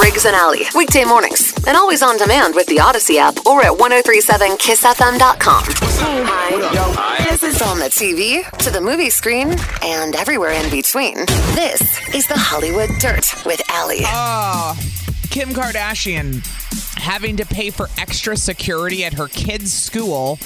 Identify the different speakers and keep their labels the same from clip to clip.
Speaker 1: Riggs and Alley, weekday mornings, and always on demand with the Odyssey app or at 1037kissfm.com. Hi. This is on the TV, to the movie screen, and everywhere in between. This is the Hollywood Dirt with Alley.
Speaker 2: Kim Kardashian having to pay for extra security at her kids' school,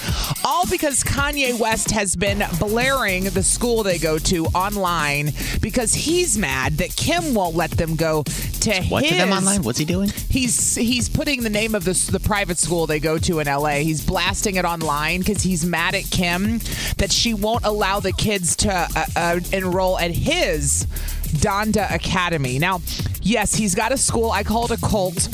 Speaker 2: all because Kanye West has been blaring the school they go to online because he's mad that Kim won't let them go to
Speaker 3: What
Speaker 2: his.
Speaker 3: to them online? What's he doing?
Speaker 2: He's he's putting the name of the the private school they go to in LA. He's blasting it online because he's mad at Kim that she won't allow the kids to uh, uh, enroll at his Donda Academy. Now, yes, he's got a school. I call it a cult.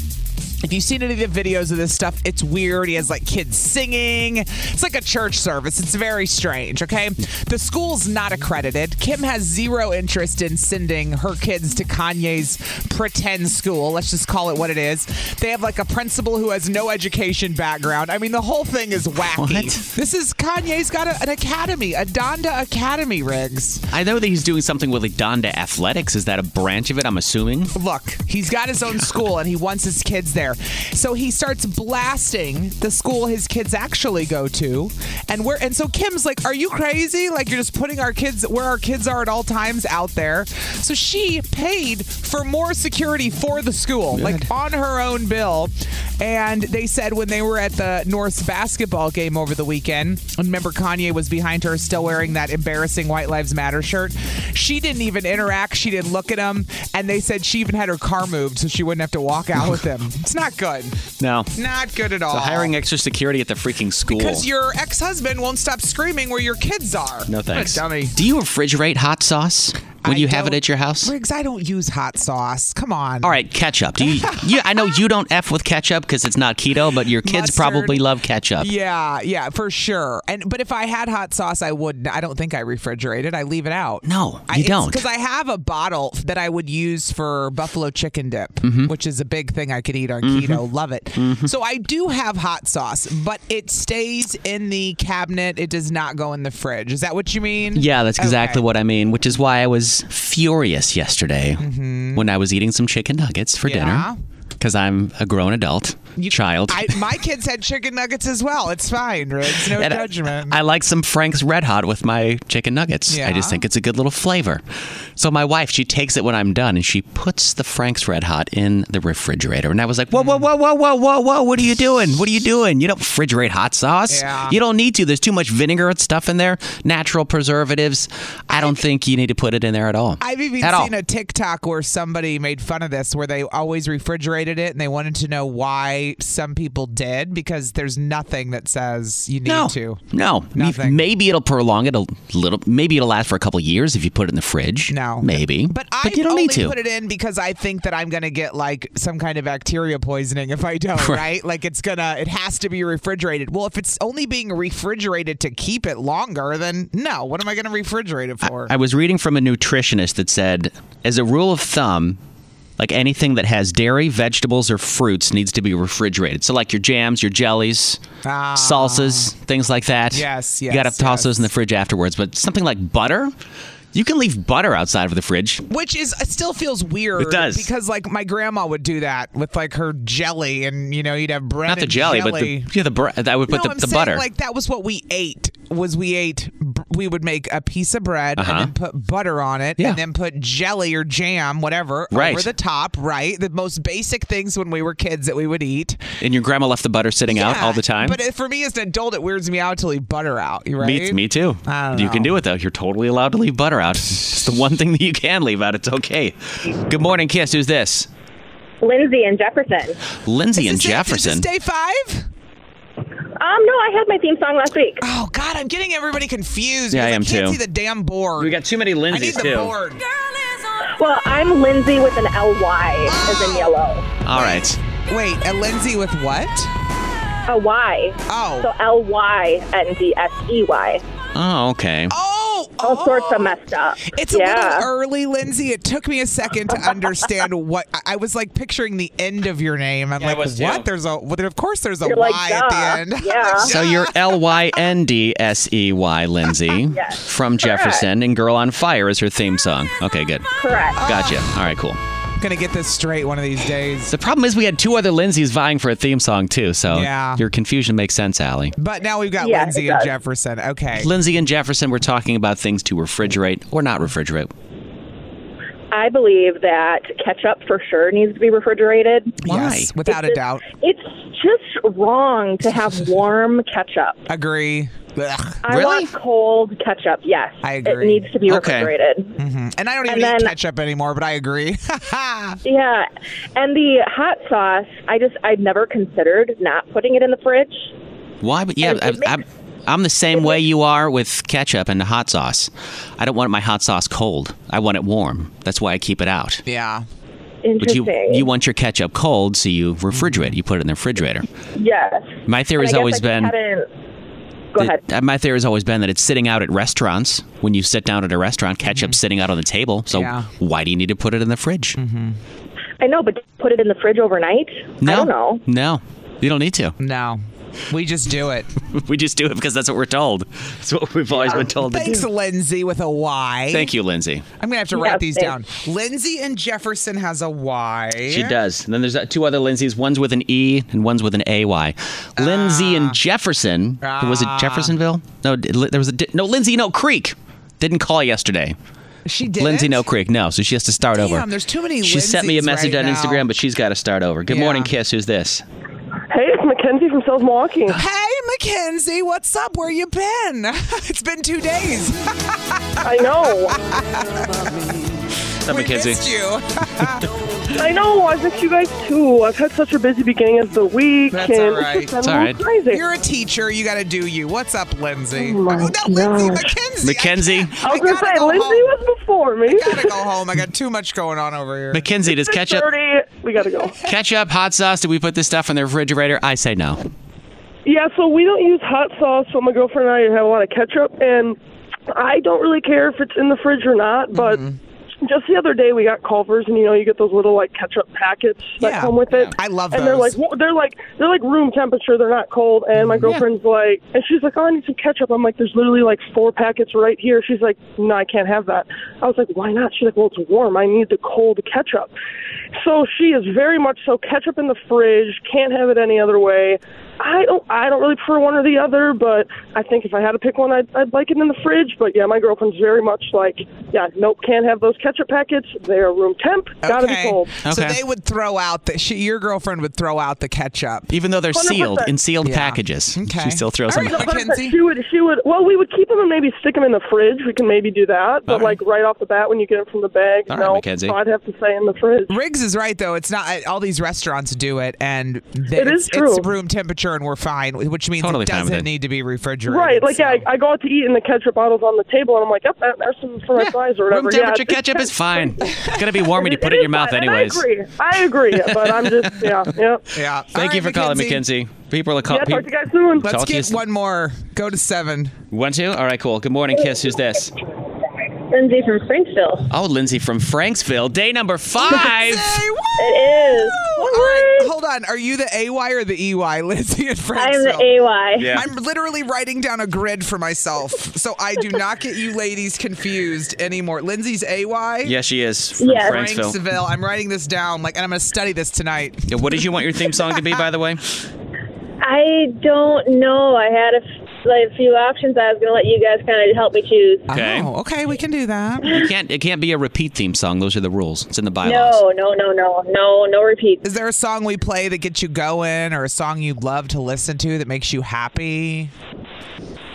Speaker 2: If you've seen any of the videos of this stuff, it's weird. He has like kids singing. It's like a church service. It's very strange, okay? The school's not accredited. Kim has zero interest in sending her kids to Kanye's pretend school. Let's just call it what it is. They have like a principal who has no education background. I mean, the whole thing is wacky.
Speaker 3: What?
Speaker 2: This is Kanye's got a, an academy, a Donda Academy, Riggs.
Speaker 3: I know that he's doing something with like Donda Athletics. Is that a branch of it? I'm assuming.
Speaker 2: look, he's got his own school and he wants his kids there. So he starts blasting the school his kids actually go to. And we're and so Kim's like, Are you crazy? Like you're just putting our kids where our kids are at all times out there. So she paid for more security for the school, like on her own bill. And they said when they were at the Norse basketball game over the weekend, and remember Kanye was behind her still wearing that embarrassing White Lives Matter shirt. She didn't even interact. She didn't look at him. And they said she even had her car moved so she wouldn't have to walk out with him. It's not good.
Speaker 3: No.
Speaker 2: Not good at all.
Speaker 3: So hiring extra security at the freaking school.
Speaker 2: because your ex-husband won't stop screaming where your kids are.
Speaker 3: no
Speaker 2: What a
Speaker 3: thanks.
Speaker 2: dummy.
Speaker 3: Do you refrigerate hot sauce when
Speaker 2: I
Speaker 3: you have it
Speaker 2: don't-
Speaker 3: at your house?
Speaker 2: Riggs, I don't use hot sauce. Come on.
Speaker 3: All right, ketchup. Do you? you I know you don't f with ketchup because it's not keto, but your kids
Speaker 2: Mustard.
Speaker 3: probably love ketchup.
Speaker 2: Yeah, yeah, for sure. And but if I had hot sauce, I wouldn't. I don't think I refrigerate it. I leave it out.
Speaker 3: No, you don't.
Speaker 2: Because I have a bottle that I would use for buffalo chicken dip,
Speaker 3: Mm-hmm.
Speaker 2: which is a big thing I could eat on keto. Love it. So I do have hot sauce, but it stays in the cabinet. It does not go in the fridge. Is that what you mean?
Speaker 3: Yeah, that's exactly
Speaker 2: Okay.
Speaker 3: what I mean, which is why I was furious yesterday when I was eating some chicken nuggets for
Speaker 2: Mm-hmm. Yeah.
Speaker 3: dinner because I'm a grown adult child.
Speaker 2: I, my kids had chicken nuggets as well. It's fine, Riggs. No
Speaker 3: And I-
Speaker 2: judgment.
Speaker 3: I, like some Frank's Red Hot with my chicken nuggets. I
Speaker 2: Yeah.
Speaker 3: just think it's a good little flavor. So my wife, she takes it when I'm done and she puts the Frank's Red Hot in the refrigerator. And I was like, whoa, whoa, whoa, whoa, whoa, whoa, whoa, what are you doing? What are you doing? You don't refrigerate hot sauce.
Speaker 2: Yeah.
Speaker 3: You don't need to. There's too much vinegar and stuff in there, natural preservatives. I don't think you need to put it in there at all.
Speaker 2: I've even
Speaker 3: at all.
Speaker 2: seen a TikTok where somebody made fun of this, where they always refrigerated it, and they wanted to know why some people did because there's nothing that says you need
Speaker 3: No,
Speaker 2: to.
Speaker 3: no.
Speaker 2: Nothing.
Speaker 3: Maybe it'll prolong it a little. Maybe it'll last for a couple of years if you put it in the fridge.
Speaker 2: No,
Speaker 3: maybe.
Speaker 2: But I
Speaker 3: you don't
Speaker 2: only
Speaker 3: need to.
Speaker 2: put it in because I think that I'm gonna get like some kind of bacteria poisoning if I don't. Right? Like it's gonna. It has to be refrigerated. Well, if it's only being refrigerated to keep it longer, then no. What am I gonna refrigerate it for?
Speaker 3: I was reading from a nutritionist that said, as a rule of thumb, like anything that has dairy, vegetables, or fruits needs to be refrigerated. So, like your jams, your jellies,
Speaker 2: Ah.
Speaker 3: salsas, things like that.
Speaker 2: Yes,
Speaker 3: You got
Speaker 2: yes,
Speaker 3: to toss
Speaker 2: yes.
Speaker 3: those in the fridge afterwards. But something like butter, You can leave butter outside of the fridge.
Speaker 2: Which is it still feels weird.
Speaker 3: It does.
Speaker 2: because like my grandma would do that with like her jelly, and you know you'd have bread.
Speaker 3: Not the
Speaker 2: and
Speaker 3: jelly, but the yeah the br- I would put
Speaker 2: no,
Speaker 3: the,
Speaker 2: I'm
Speaker 3: the
Speaker 2: saying,
Speaker 3: butter.
Speaker 2: Like that was what we ate. Was we ate? br- We would make a piece of bread
Speaker 3: Uh-huh.
Speaker 2: and then put butter on it,
Speaker 3: Yeah.
Speaker 2: and then put jelly or jam, whatever,
Speaker 3: Right.
Speaker 2: over the top. Right, the most basic things when we were kids that we would eat
Speaker 3: and your grandma left the butter sitting out all the time.
Speaker 2: But it, for me as an adult, it weirds me out to leave butter out. You right?
Speaker 3: Me, me too.
Speaker 2: I don't
Speaker 3: You can
Speaker 2: know.
Speaker 3: do it though. You're totally allowed to leave butter out. it's the one thing that you can leave out. It's okay. Good morning, Kiss. Who's this?
Speaker 4: Lindsay and Jefferson.
Speaker 3: Lindsay
Speaker 2: Is
Speaker 3: and
Speaker 2: this it? Is
Speaker 3: Jefferson.
Speaker 2: this day five.
Speaker 4: Um, no, I had my theme song last week.
Speaker 2: Oh God, I'm getting everybody confused.
Speaker 3: Yeah, I am
Speaker 2: because can't
Speaker 3: too.
Speaker 2: See the damn board.
Speaker 3: too many
Speaker 2: I need
Speaker 3: Lindsays
Speaker 2: the board.
Speaker 4: Well, I'm Lindsay with an L Y as in yellow.
Speaker 3: All right.
Speaker 2: Wait, a Lindsay with what?
Speaker 4: A Y.
Speaker 2: Oh.
Speaker 4: So L Y N D S E Y.
Speaker 3: Oh, okay.
Speaker 2: Oh,
Speaker 4: All
Speaker 2: oh.
Speaker 4: sorts of messed up.
Speaker 2: It's a
Speaker 4: yeah.
Speaker 2: little early, Lindsay. It took me a second to understand what I- I was like picturing the end of your name. I'm like,
Speaker 3: was
Speaker 2: what?
Speaker 3: too.
Speaker 2: There's a well, there- of course there's a
Speaker 4: You're
Speaker 2: Y
Speaker 4: like, duh.
Speaker 2: at the end.
Speaker 4: Yeah.
Speaker 3: So you're L Y N D S E Y, Lindsay, from Jefferson, and Girl on Fire is her theme song. Okay, good.
Speaker 4: Correct.
Speaker 3: Gotcha. All right, cool.
Speaker 2: I'm gonna get this straight one of these days.
Speaker 3: The problem is we had two other Lindsays vying for a theme song, too. So
Speaker 2: Yeah.
Speaker 3: your confusion makes sense, Allie.
Speaker 2: But now we've got
Speaker 4: Yeah, it
Speaker 2: Lindsay and
Speaker 4: does.
Speaker 2: Jefferson. Okay.
Speaker 3: Lindsay and Jefferson, we're talking about things to refrigerate or not refrigerate.
Speaker 4: I believe that ketchup for sure needs to be refrigerated.
Speaker 3: Why?
Speaker 2: Yes, without a doubt.
Speaker 4: It's just wrong to have warm ketchup.
Speaker 2: Agree. Ugh.
Speaker 4: I
Speaker 3: Really?
Speaker 4: want cold ketchup. Yes,
Speaker 2: I agree. Mm-hmm.
Speaker 4: It needs to be
Speaker 3: Okay.
Speaker 4: refrigerated.
Speaker 2: And I don't even
Speaker 4: And
Speaker 2: eat
Speaker 4: then-
Speaker 2: ketchup anymore, but I agree. Ah.
Speaker 4: Yeah, and the hot sauce. I just I'd never considered not putting it in the fridge.
Speaker 3: Why? But yeah,
Speaker 4: And it
Speaker 3: I,
Speaker 4: makes-
Speaker 3: I'm, I'm the same way you are with ketchup and hot sauce. I don't want my hot sauce cold. I want it warm. That's why I keep it out.
Speaker 2: yeah.
Speaker 3: But you
Speaker 4: Interesting.
Speaker 3: you want your ketchup cold, so you refrigerate. it. You put it in the refrigerator.
Speaker 4: yes.
Speaker 3: My
Speaker 4: And I
Speaker 3: theory's
Speaker 4: guess
Speaker 3: always
Speaker 4: I just
Speaker 3: been
Speaker 4: hadn't- Go
Speaker 3: that-
Speaker 4: ahead.
Speaker 3: uh, my theory's always been that it's sitting out at restaurants. When you sit down at a restaurant,
Speaker 4: Mm-hmm.
Speaker 3: ketchup's sitting out on the table. So
Speaker 2: Yeah. Mm-hmm.
Speaker 3: why do you need to put it in the fridge?
Speaker 4: I know, but put it in the fridge overnight.
Speaker 3: No,
Speaker 4: I don't know.
Speaker 3: no, you don't need to.
Speaker 2: No. We just do it.
Speaker 3: We just do it because that's what we're told. That's what we've always been told to
Speaker 2: Thanks,
Speaker 3: do.
Speaker 2: Lindsay, with a Y.
Speaker 3: Thank you, Lindsay.
Speaker 2: I'm gonna have to write
Speaker 4: Yeah,
Speaker 2: these
Speaker 4: thanks.
Speaker 2: down. Lindsay and Jefferson has a Y.
Speaker 3: She does. And then there's uh, two other Lindsays. One's with an E and one's with an A Y. Lindsay and Jefferson. Was it
Speaker 2: Ah.
Speaker 3: Jeffersonville? No, d- li- there was a di- no Lindsay No Creek. Didn't call yesterday.
Speaker 2: She did.
Speaker 3: Lindsay No Creek. No, so she has to start
Speaker 2: Damn,
Speaker 3: over.
Speaker 2: there's too many
Speaker 3: She sent me a
Speaker 2: Lindsays
Speaker 3: message
Speaker 2: right
Speaker 3: on
Speaker 2: now.
Speaker 3: Instagram, but she's got to start over. Good
Speaker 2: Yeah.
Speaker 3: morning, Kiss. Who's this?
Speaker 5: Hey, it's Mackenzie from South Milwaukee.
Speaker 2: Hey, Mackenzie, what's up? Where you been? it's been two days.
Speaker 5: I know.
Speaker 3: What's up,
Speaker 2: we
Speaker 3: Mackenzie?
Speaker 2: missed you.
Speaker 5: I know. I've missed you guys too. I've had such a busy beginning of the week.
Speaker 2: That's
Speaker 5: and
Speaker 2: all right.
Speaker 5: It's just
Speaker 3: It's all
Speaker 5: been a
Speaker 3: right.
Speaker 5: little crazy.
Speaker 2: You're a teacher. You got to do you. What's up, Lindsay?
Speaker 5: Oh my
Speaker 2: not Lindsay,
Speaker 5: gosh.
Speaker 2: Mackenzie.
Speaker 3: Mackenzie.
Speaker 2: I,
Speaker 5: I
Speaker 2: can't-
Speaker 5: was
Speaker 2: I
Speaker 5: going to
Speaker 2: gotta
Speaker 5: say,
Speaker 2: go
Speaker 5: Lindsay
Speaker 2: home.
Speaker 5: was before me.
Speaker 2: I gotta go home. I got too much going on over here.
Speaker 3: Mackenzie, does ketchup,
Speaker 5: 6:30, We got to go.
Speaker 3: ketchup, hot sauce? Did we put this stuff in the refrigerator? I say no.
Speaker 5: Yeah, so we don't use hot sauce, so my girlfriend and I have a lot of ketchup, and I don't really care if it's in the fridge or not, but.
Speaker 2: Mm-hmm.
Speaker 5: Just the other day, we got Culver's, and you know, you get those little like ketchup packets that
Speaker 2: Yeah.
Speaker 5: come with it.
Speaker 2: I love
Speaker 5: and they're like
Speaker 2: those.
Speaker 5: wa- they're like they're like room temperature. They're not cold. And my girlfriend's like, and she's like, oh, I need some ketchup. I'm like, there's literally like four packets right here. She's like, no, I can't have that. I was like, why not? She's like, well, it's warm. I need the cold ketchup. So she is very much so ketchup in the fridge. Can't have it any other way. I don't I don't really prefer one or the other, but I think if I had to pick one, I'd, I'd like it in the fridge. But yeah, my girlfriend's very much like, yeah, nope, can't have those ketchup packets. They are room temp. Gotta be cold.
Speaker 2: So
Speaker 3: Okay.
Speaker 2: they would throw out the she, your girlfriend would throw out the ketchup.
Speaker 3: Even though they're
Speaker 2: Oh,
Speaker 3: sealed
Speaker 5: 100%.
Speaker 3: in sealed
Speaker 2: Yeah.
Speaker 3: packages,
Speaker 2: Okay.
Speaker 3: she still throws
Speaker 2: All
Speaker 3: them.
Speaker 2: right,
Speaker 3: out.
Speaker 5: But if
Speaker 2: Mackenzie?
Speaker 5: She would. She would. Well, we would keep them and maybe stick them in the fridge. We can maybe do that. But like right off the bat, when you get them from the bag,
Speaker 3: All right,
Speaker 5: no.
Speaker 3: Mackenzie.
Speaker 5: So I'd have to say in the fridge.
Speaker 2: Riggs is right though. It's not uh, all these restaurants do it, and they,
Speaker 5: It is
Speaker 2: it's,
Speaker 5: true.
Speaker 2: it's room temperature, and we're fine, which means
Speaker 3: Totally
Speaker 2: it
Speaker 3: fine with
Speaker 2: doesn't
Speaker 3: it.
Speaker 2: need to be refrigerated.
Speaker 5: Right, like
Speaker 2: so-
Speaker 5: yeah,
Speaker 3: um,
Speaker 5: I, I go out to eat and the ketchup bottle's on the table, and I'm like, yep, that- there's some for my fries or whatever.
Speaker 3: Room
Speaker 5: Yeah,
Speaker 3: temperature
Speaker 5: it's-
Speaker 3: ketchup is fine. It's gonna be warm when you put it in
Speaker 5: is
Speaker 3: your mouth,
Speaker 5: fine, and
Speaker 3: anyways.
Speaker 5: I agree, I agree, but I'm just yeah, yeah.
Speaker 2: Yeah.
Speaker 3: Thank you for calling, Mackenzie. People are
Speaker 5: Yeah,
Speaker 3: calling.
Speaker 5: talk to you guys soon.
Speaker 2: Let's
Speaker 3: Talk to you
Speaker 2: get
Speaker 3: soon.
Speaker 2: one more. Go to seven.
Speaker 3: One, two. All right, cool. Good morning, Kiss. Who's this?
Speaker 4: Lindsay from Springfield.
Speaker 3: Oh, Lindsay from Franksville. Day number five.
Speaker 2: Say what?
Speaker 4: It is.
Speaker 2: All right, hold on. on. Are you the AY or the EY, Lizzie and Frank?
Speaker 4: I'm the AY. Yeah.
Speaker 2: I'm literally writing down a grid for myself so I do not get you ladies confused anymore. Lindsay's AY?
Speaker 3: Yeah, she is from
Speaker 4: Yes.
Speaker 3: Franksville.
Speaker 2: Franksville. I'm writing this down, like, and I'm going to study this tonight.
Speaker 3: Yeah, What did you want your theme song to be, by the way?
Speaker 4: I don't know. I had a, f- like, a few options. I was going to let you guys kind of help me choose.
Speaker 3: Okay.
Speaker 2: Oh, okay, we can do that.
Speaker 3: It can't it can't be a repeat theme song. Those are the rules. It's in the bylaws.
Speaker 4: No, no, no, no, no, no repeats.
Speaker 2: Is there a song we play that gets you going or a song you love to listen to that makes you happy?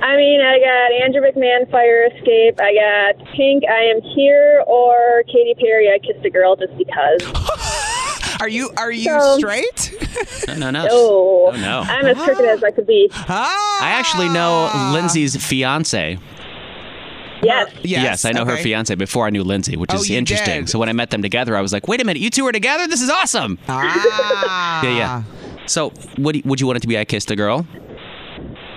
Speaker 4: I mean, I got Andrew McMahon, Fire Escape. I got Pink, I Am Here, or Katy Perry, I Kissed a Girl Just Because.
Speaker 2: Are you are you
Speaker 4: Um,
Speaker 2: straight?
Speaker 3: No, no, no.
Speaker 4: Oh,
Speaker 3: Oh, no.
Speaker 4: I'm as crooked as I could be.
Speaker 2: ah!
Speaker 3: I actually know Lindsay's fiance.
Speaker 4: Yes.
Speaker 3: Yes, I know her
Speaker 2: uh, okay.
Speaker 3: fiance before I knew Lindsay, which
Speaker 2: Oh,
Speaker 3: is
Speaker 2: you
Speaker 3: interesting.
Speaker 2: did.
Speaker 3: So when I met them together, I was like, "Wait a minute, you two are together? This is awesome!"
Speaker 2: Ah.
Speaker 3: Yeah, yeah. So, what do you, would you want it to be? I kissed a girl.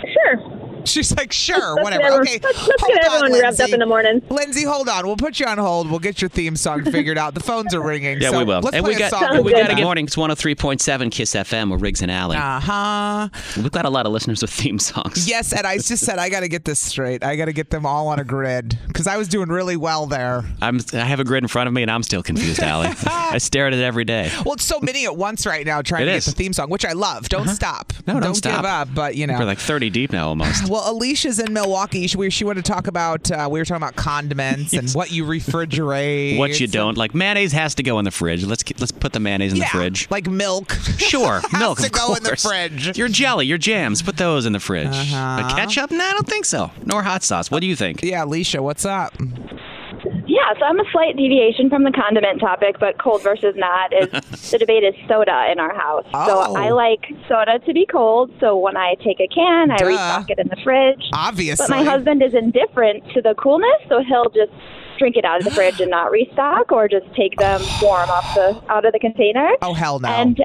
Speaker 4: Sure.
Speaker 2: She's like, sure,
Speaker 4: Let's
Speaker 2: whatever.
Speaker 4: get everyone,
Speaker 2: okay,
Speaker 4: let's, let's
Speaker 2: hold
Speaker 4: get
Speaker 2: on,
Speaker 4: everyone revved up
Speaker 2: Lindsay.
Speaker 4: in the morning.
Speaker 2: Lindsay, hold on. We'll put you on hold. We'll get your theme song figured out. The phones are ringing.
Speaker 3: Yeah,
Speaker 2: so
Speaker 3: we will.
Speaker 2: Let's
Speaker 3: and we
Speaker 2: play a
Speaker 3: got
Speaker 2: song.
Speaker 3: and we
Speaker 4: Sounds
Speaker 3: got a
Speaker 4: good.
Speaker 3: good morning. It's one hundred three point seven Kiss FM with Riggs and Alley.
Speaker 2: Uh huh.
Speaker 3: We've got a lot of listeners with theme songs.
Speaker 2: Yes, and I just said I got to get this straight. I got to get them all on a grid because I was doing really well there.
Speaker 3: I'm. I have a grid in front of me, and I'm still confused, Allie. I stare at it every day.
Speaker 2: Well, it's so many at once right now trying
Speaker 3: It
Speaker 2: to
Speaker 3: is. Uh-huh.
Speaker 2: get the theme song, which I love. Don't stop.
Speaker 3: No, don't
Speaker 2: give
Speaker 3: stop.
Speaker 2: up. But you know,
Speaker 3: We're like thirty deep now, almost.
Speaker 2: Well, Alicia's in Milwaukee. She, we- she wanted to talk about uh, we were talking about condiments and what you refrigerate,
Speaker 3: What you don't like, mayonnaise has to go in the fridge. Let's ke- let's put the mayonnaise in
Speaker 2: yeah,
Speaker 3: the fridge.
Speaker 2: like milk.
Speaker 3: Sure,
Speaker 2: Has
Speaker 3: milk
Speaker 2: to
Speaker 3: of
Speaker 2: go in the
Speaker 3: course.
Speaker 2: fridge. Uh-huh.
Speaker 3: Your jelly, your jams, put those in the fridge. But ketchup? No, I don't think so. Nor hot sauce. What do you think?
Speaker 2: yeah, Alicia, what's up?
Speaker 6: Yeah, so I'm a slight deviation from the condiment topic, but cold versus not is the debate is soda in our house.
Speaker 2: Oh.
Speaker 6: So I like soda to be cold, so when I take a can, I
Speaker 2: Duh.
Speaker 6: restock it in the fridge.
Speaker 2: Obviously,
Speaker 6: But my husband is indifferent to the coolness, so he'll just drink it out of the fridge and not restock or just take them warm off the out of the container.
Speaker 2: Oh hell no!
Speaker 6: And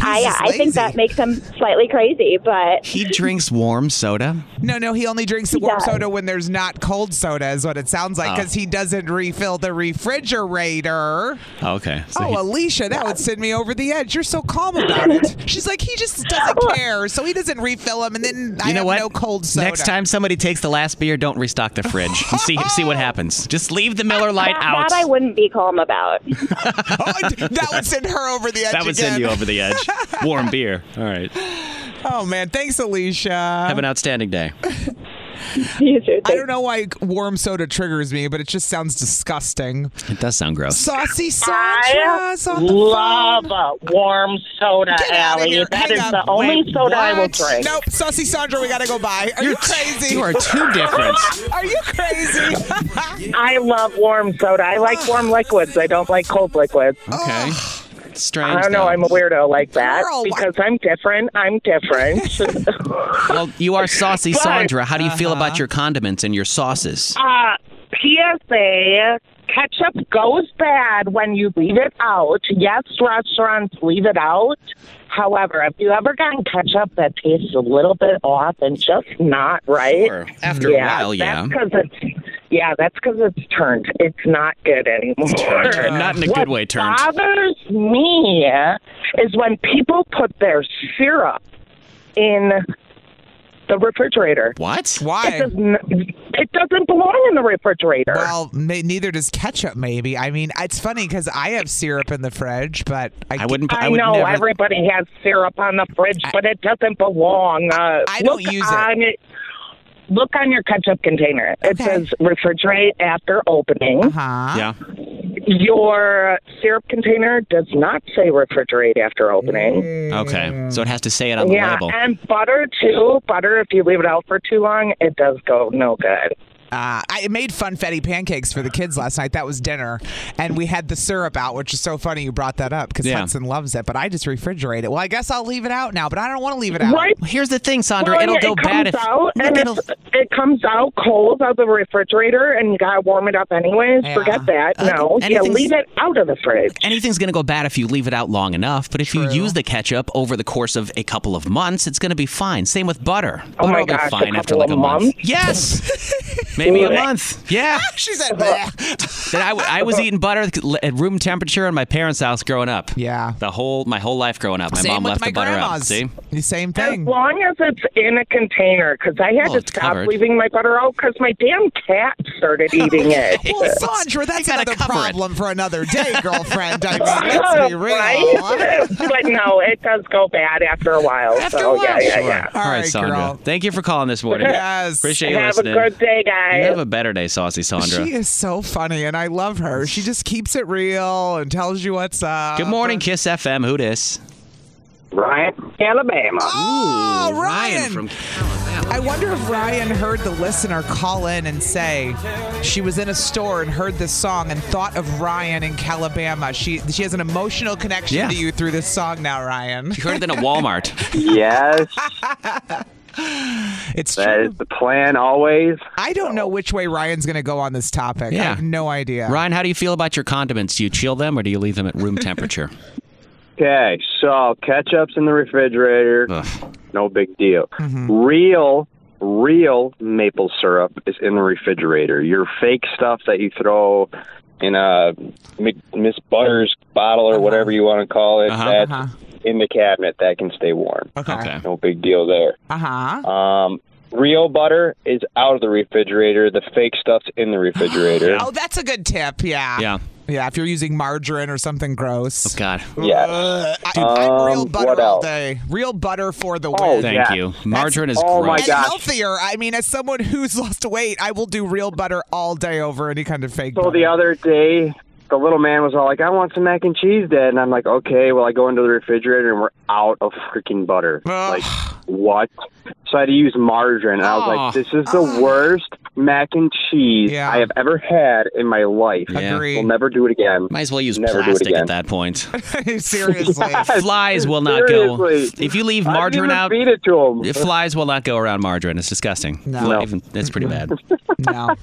Speaker 6: I,
Speaker 2: just
Speaker 6: I think that
Speaker 2: lazy.
Speaker 6: makes him slightly crazy, but
Speaker 3: He drinks warm soda.
Speaker 2: no, no, he only drinks the warm
Speaker 6: does.
Speaker 2: soda when there's not cold soda, is what it sounds like,
Speaker 3: Oh.
Speaker 2: because he doesn't refill the refrigerator.
Speaker 3: Oh, okay. So
Speaker 2: oh,
Speaker 3: he-
Speaker 2: Alicia, that would send me over the edge. You're so calm about it. She's like, he just doesn't care, so he doesn't refill them, and then I
Speaker 3: you know
Speaker 2: have
Speaker 3: what?
Speaker 2: no cold soda.
Speaker 3: Next time somebody takes the last beer, don't restock the fridge and see see
Speaker 2: Oh.
Speaker 3: what happens. Just leave the Miller Lite
Speaker 6: that,
Speaker 3: out.
Speaker 6: that I wouldn't be calm about.
Speaker 2: Oh, that would send her over the edge.
Speaker 3: That would send
Speaker 2: again.
Speaker 3: you over the edge. Warm beer. All right.
Speaker 2: Oh man, thanks, Alicia.
Speaker 3: Have an outstanding day.
Speaker 6: You should
Speaker 2: I
Speaker 6: think.
Speaker 2: don't know why warm soda triggers me, but it just sounds disgusting.
Speaker 3: It does sound gross.
Speaker 2: Saucy
Speaker 7: I
Speaker 2: Sandra's on the
Speaker 7: Love
Speaker 2: phone.
Speaker 7: warm soda,
Speaker 2: Get outta
Speaker 7: Allie.
Speaker 2: here.
Speaker 7: That
Speaker 2: Hang
Speaker 7: is
Speaker 2: up.
Speaker 7: the only
Speaker 3: Wait,
Speaker 7: soda I will
Speaker 3: what?
Speaker 7: drink.
Speaker 2: Nope, Saucy Sandra, we gotta go by. Are you crazy?
Speaker 3: You are too different.
Speaker 2: Are you crazy?
Speaker 7: I love warm soda. I like warm
Speaker 2: Ah.
Speaker 7: liquids. I don't like cold liquids.
Speaker 3: Okay. Strange.
Speaker 7: I don't know.
Speaker 3: though.
Speaker 7: I'm a weirdo like that
Speaker 2: Girl, why-
Speaker 7: because I'm different. I'm different.
Speaker 3: Well, you are saucy
Speaker 7: But-
Speaker 3: Sandra. How do you feel about your condiments and your sauces?
Speaker 7: uh, PSA. Ketchup goes bad when you leave it out. Yes, restaurants leave it out. However, if you ever gotten ketchup that tastes a little bit off and just not right,
Speaker 3: Sure. After a while, yeah.
Speaker 7: That's 'cause it's, yeah, that's because it's turned. It's not good anymore.
Speaker 3: turned. Not in a
Speaker 7: what
Speaker 3: good way turned.
Speaker 7: bothers me is when people put their syrup in the refrigerator.
Speaker 3: What?
Speaker 7: It,
Speaker 2: why?
Speaker 7: doesn't, it doesn't belong in the refrigerator.
Speaker 2: Well, may, neither does ketchup. Maybe. I mean, it's funny because I have syrup in the fridge, but I,
Speaker 3: I wouldn't. I,
Speaker 7: I,
Speaker 3: would
Speaker 7: know
Speaker 3: never.
Speaker 7: everybody has syrup on the fridge, but it doesn't belong. Uh,
Speaker 2: I don't
Speaker 7: look
Speaker 2: use it.
Speaker 7: on it. Look on your ketchup container. It
Speaker 2: Okay.
Speaker 7: says refrigerate after opening.
Speaker 2: Huh?
Speaker 3: yeah.
Speaker 7: Your syrup container does not say refrigerate after opening.
Speaker 3: Okay. So it has to say it Mm. on the
Speaker 7: yeah,
Speaker 3: label.
Speaker 7: and butter too. Butter, if you leave it out for too long, it does go no good.
Speaker 2: Uh, I made funfetti pancakes for the kids last night. That was dinner, and we had the syrup out, which is so funny you brought that up because
Speaker 3: Yeah.
Speaker 2: Hudson loves it. But I just refrigerate it. Well, I guess I'll leave it out now, but I don't want to leave it out.
Speaker 7: Right?
Speaker 3: Well, Here's the thing, Sandra.
Speaker 7: Well,
Speaker 3: it'll
Speaker 7: yeah,
Speaker 3: go
Speaker 7: it
Speaker 3: bad
Speaker 7: comes
Speaker 3: if
Speaker 7: out and
Speaker 3: it'll,
Speaker 7: it's- it comes out cold out of the refrigerator, and you gotta warm it up anyways.
Speaker 2: Yeah.
Speaker 7: Forget that.
Speaker 3: Uh,
Speaker 7: no, yeah,
Speaker 3: anything's-
Speaker 7: leave it out of the fridge.
Speaker 3: anything's going to go bad if you leave it out long enough. But if you use the ketchup over the course of a couple of months, it's going to be fine. Same with butter.
Speaker 7: Oh
Speaker 3: butter
Speaker 7: my
Speaker 3: will
Speaker 7: gosh,
Speaker 3: be
Speaker 7: a
Speaker 3: fine after
Speaker 7: couple
Speaker 3: like a
Speaker 7: of
Speaker 3: month.
Speaker 7: months?
Speaker 3: Yes. Maybe a
Speaker 7: Correct.
Speaker 3: month. Yeah.
Speaker 2: she said, "Bleh."
Speaker 3: That I, w- I was eating butter at room temperature in my parents' house growing up.
Speaker 2: Yeah.
Speaker 3: The whole my whole life growing up, my
Speaker 2: Same
Speaker 3: mom
Speaker 2: with
Speaker 3: left
Speaker 2: my
Speaker 3: the butter out.
Speaker 2: grandma's.
Speaker 3: See.
Speaker 2: The same thing.
Speaker 7: As long as it's in a container, because I had
Speaker 3: Well,
Speaker 7: to
Speaker 3: it's
Speaker 7: stop
Speaker 3: covered.
Speaker 7: leaving my butter out because my damn cat started eating it.
Speaker 2: Well, Sandra, that's another problem for another day, girlfriend. I mean, let's be real.
Speaker 7: Right? but no, it does go bad after a while.
Speaker 2: After
Speaker 7: so
Speaker 2: a while,
Speaker 7: yeah, yeah,
Speaker 2: sure.
Speaker 7: yeah.
Speaker 3: All right,
Speaker 2: right,
Speaker 3: Sandra.
Speaker 2: girl.
Speaker 3: Thank you for calling this morning.
Speaker 2: Yes.
Speaker 3: Appreciate you
Speaker 7: Have
Speaker 3: listening.
Speaker 7: a good day, guys.
Speaker 3: You have a better day, Saucy Sandra.
Speaker 2: She is so funny, and I love her. She just keeps it real and tells you what's up.
Speaker 3: Good morning, Kiss FM. Who dis?
Speaker 7: Ryan, Alabama.
Speaker 2: Oh, Ryan.
Speaker 3: from
Speaker 2: I wonder if Ryan heard the listener call in and say she was in a store and heard this song and thought of Ryan in Calabama. She she has an emotional connection
Speaker 3: Yeah.
Speaker 2: to you through this song now, Ryan.
Speaker 3: You heard it in a Walmart.
Speaker 8: Yes,
Speaker 2: It's
Speaker 8: that
Speaker 2: true.
Speaker 8: is the plan always.
Speaker 2: I don't know which way Ryan's going to go on this topic. I
Speaker 3: Yeah.
Speaker 2: have no idea.
Speaker 3: Ryan, how do you feel about your condiments? Do you chill them or do you leave them at room temperature?
Speaker 8: Okay, so ketchup's in the refrigerator.
Speaker 3: Ugh.
Speaker 8: No big deal. Real, real maple syrup is in the refrigerator. Your fake stuff that you throw in a Mc- Miss Butters bottle or whatever you want to call it,
Speaker 3: Uh-huh.
Speaker 8: that's
Speaker 2: Uh-huh.
Speaker 8: in the cabinet. That can stay warm.
Speaker 2: Okay.
Speaker 3: Okay.
Speaker 8: No big deal there.
Speaker 2: Uh huh.
Speaker 8: Um, real butter is out of the refrigerator. The fake stuff's in the refrigerator.
Speaker 2: Oh, that's a good tip. Yeah.
Speaker 3: Yeah. Oh,
Speaker 2: Yeah. If you're using margarine or something gross.
Speaker 3: God.
Speaker 8: yeah.
Speaker 2: Ugh, I, I'm real
Speaker 8: Um,
Speaker 2: butter
Speaker 8: what
Speaker 2: all
Speaker 8: else?
Speaker 2: day. Real butter for the
Speaker 8: Oh,
Speaker 2: win.
Speaker 3: Thank
Speaker 8: Yeah.
Speaker 3: you. Margarine is
Speaker 8: oh my
Speaker 3: gross.
Speaker 2: and
Speaker 8: gosh.
Speaker 2: healthier. I mean, as someone who's lost weight, I will do real butter all day over any kind of fake.
Speaker 8: So
Speaker 2: butter.
Speaker 8: the other day, the little man was all like, "I want some mac and cheese, Dad," and I'm like, "Okay." Well, I go into the refrigerator and we're out of freaking butter.
Speaker 2: Ugh.
Speaker 8: Like what? So I had to use margarine. And I was
Speaker 3: Aw.
Speaker 8: like, "This is the worst mac and cheese
Speaker 2: Yeah.
Speaker 8: I have ever had in my life.
Speaker 3: Yeah.
Speaker 2: Agree.
Speaker 8: We'll never do it again."
Speaker 3: Might as well use
Speaker 8: Never do it
Speaker 3: plastic
Speaker 8: again.
Speaker 3: at that point.
Speaker 2: seriously,
Speaker 3: Flies will not go.
Speaker 8: Seriously.
Speaker 3: If you leave
Speaker 8: I didn't
Speaker 3: margarine
Speaker 8: even
Speaker 3: out,
Speaker 8: Feed it to him.
Speaker 3: if flies will not go around margarine. It's disgusting.
Speaker 2: No.
Speaker 3: Fly-
Speaker 2: No.
Speaker 3: even- that's pretty bad.
Speaker 2: no.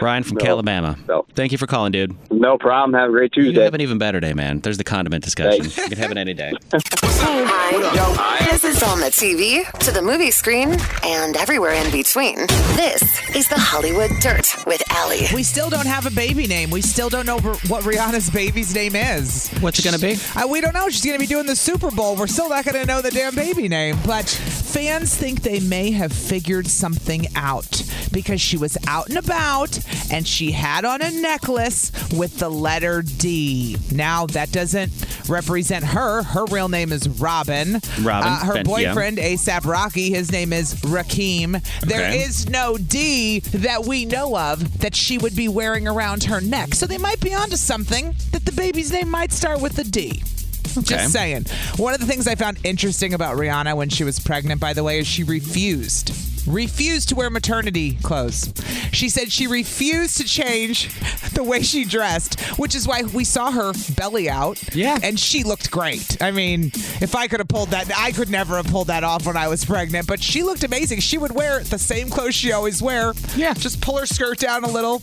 Speaker 3: Ryan from Calabama.
Speaker 8: No.
Speaker 3: Thank you for calling, dude.
Speaker 8: No problem. Have a great
Speaker 3: You
Speaker 8: Tuesday.
Speaker 3: have an even better day, man. There's the condiment discussion. You can have it any day.
Speaker 1: Hi. This is on the TV, to the movie screen, and everywhere in between. This is the Hollywood Dirt with Allie.
Speaker 2: We still don't have a baby name. We still don't know what Rihanna's baby's name is.
Speaker 3: What's it gonna be?
Speaker 2: Uh, we don't know. She's going to be doing the Super Bowl. We're still not going to know the damn baby name. But fans think they may have figured something out because she was out and about and she had on a necklace with the letter D. Now, that doesn't represent her. Her real name is Robin.
Speaker 3: Robin,
Speaker 2: Uh, her
Speaker 3: Ben- yeah.
Speaker 2: boyfriend, ASAP Rocky, his name is Rakim. There is
Speaker 3: Okay.
Speaker 2: no D that we know of that she would be wearing around her neck. So they might be onto something that the baby's name might start with a D.
Speaker 3: Okay.
Speaker 2: Just saying. One of the things I found interesting about Rihanna when she was pregnant, by the way, is she refused. Refused to wear maternity clothes. She said she refused to change the way she dressed, which is why we saw her belly out.
Speaker 3: Yeah.
Speaker 2: And she looked great. I mean, if I could have pulled that, I could never have pulled that off when I was pregnant, but she looked amazing. She would wear the same clothes she always wear.
Speaker 3: Yeah.
Speaker 2: Just pull her skirt down a little.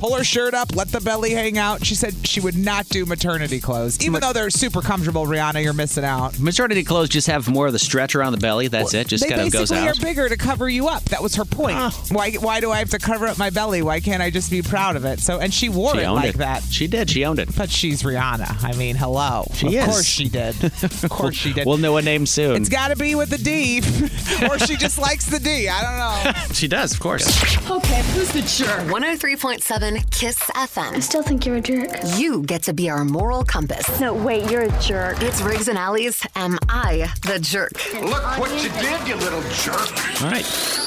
Speaker 2: Pull her shirt up, let the belly hang out. She said she would not do maternity clothes. Even though they're super comfortable, Rihanna, you're missing out.
Speaker 3: Maternity clothes just have more of the stretch around the belly. That's it. Just
Speaker 2: they
Speaker 3: kind of goes
Speaker 2: basically are
Speaker 3: out.
Speaker 2: bigger to cover you up. That was her point. Why, why do I have to cover up my belly? Why can't I just be proud of it? So, and she wore
Speaker 3: She
Speaker 2: it
Speaker 3: owned
Speaker 2: like
Speaker 3: it.
Speaker 2: that.
Speaker 3: She did. She owned it.
Speaker 2: But she's Rihanna. I mean, hello. of
Speaker 3: is.
Speaker 2: course she did. Of course she did.
Speaker 3: We'll know a name soon.
Speaker 2: It's got to be with the D, or she just likes the D. I don't know.
Speaker 3: she does, of course.
Speaker 1: 103.7 Kiss FM.
Speaker 7: still think you're a jerk.
Speaker 1: You get to be our moral compass.
Speaker 6: No, wait, you're a jerk.
Speaker 1: It's Riggs and Allies. Am I the jerk?
Speaker 3: All right.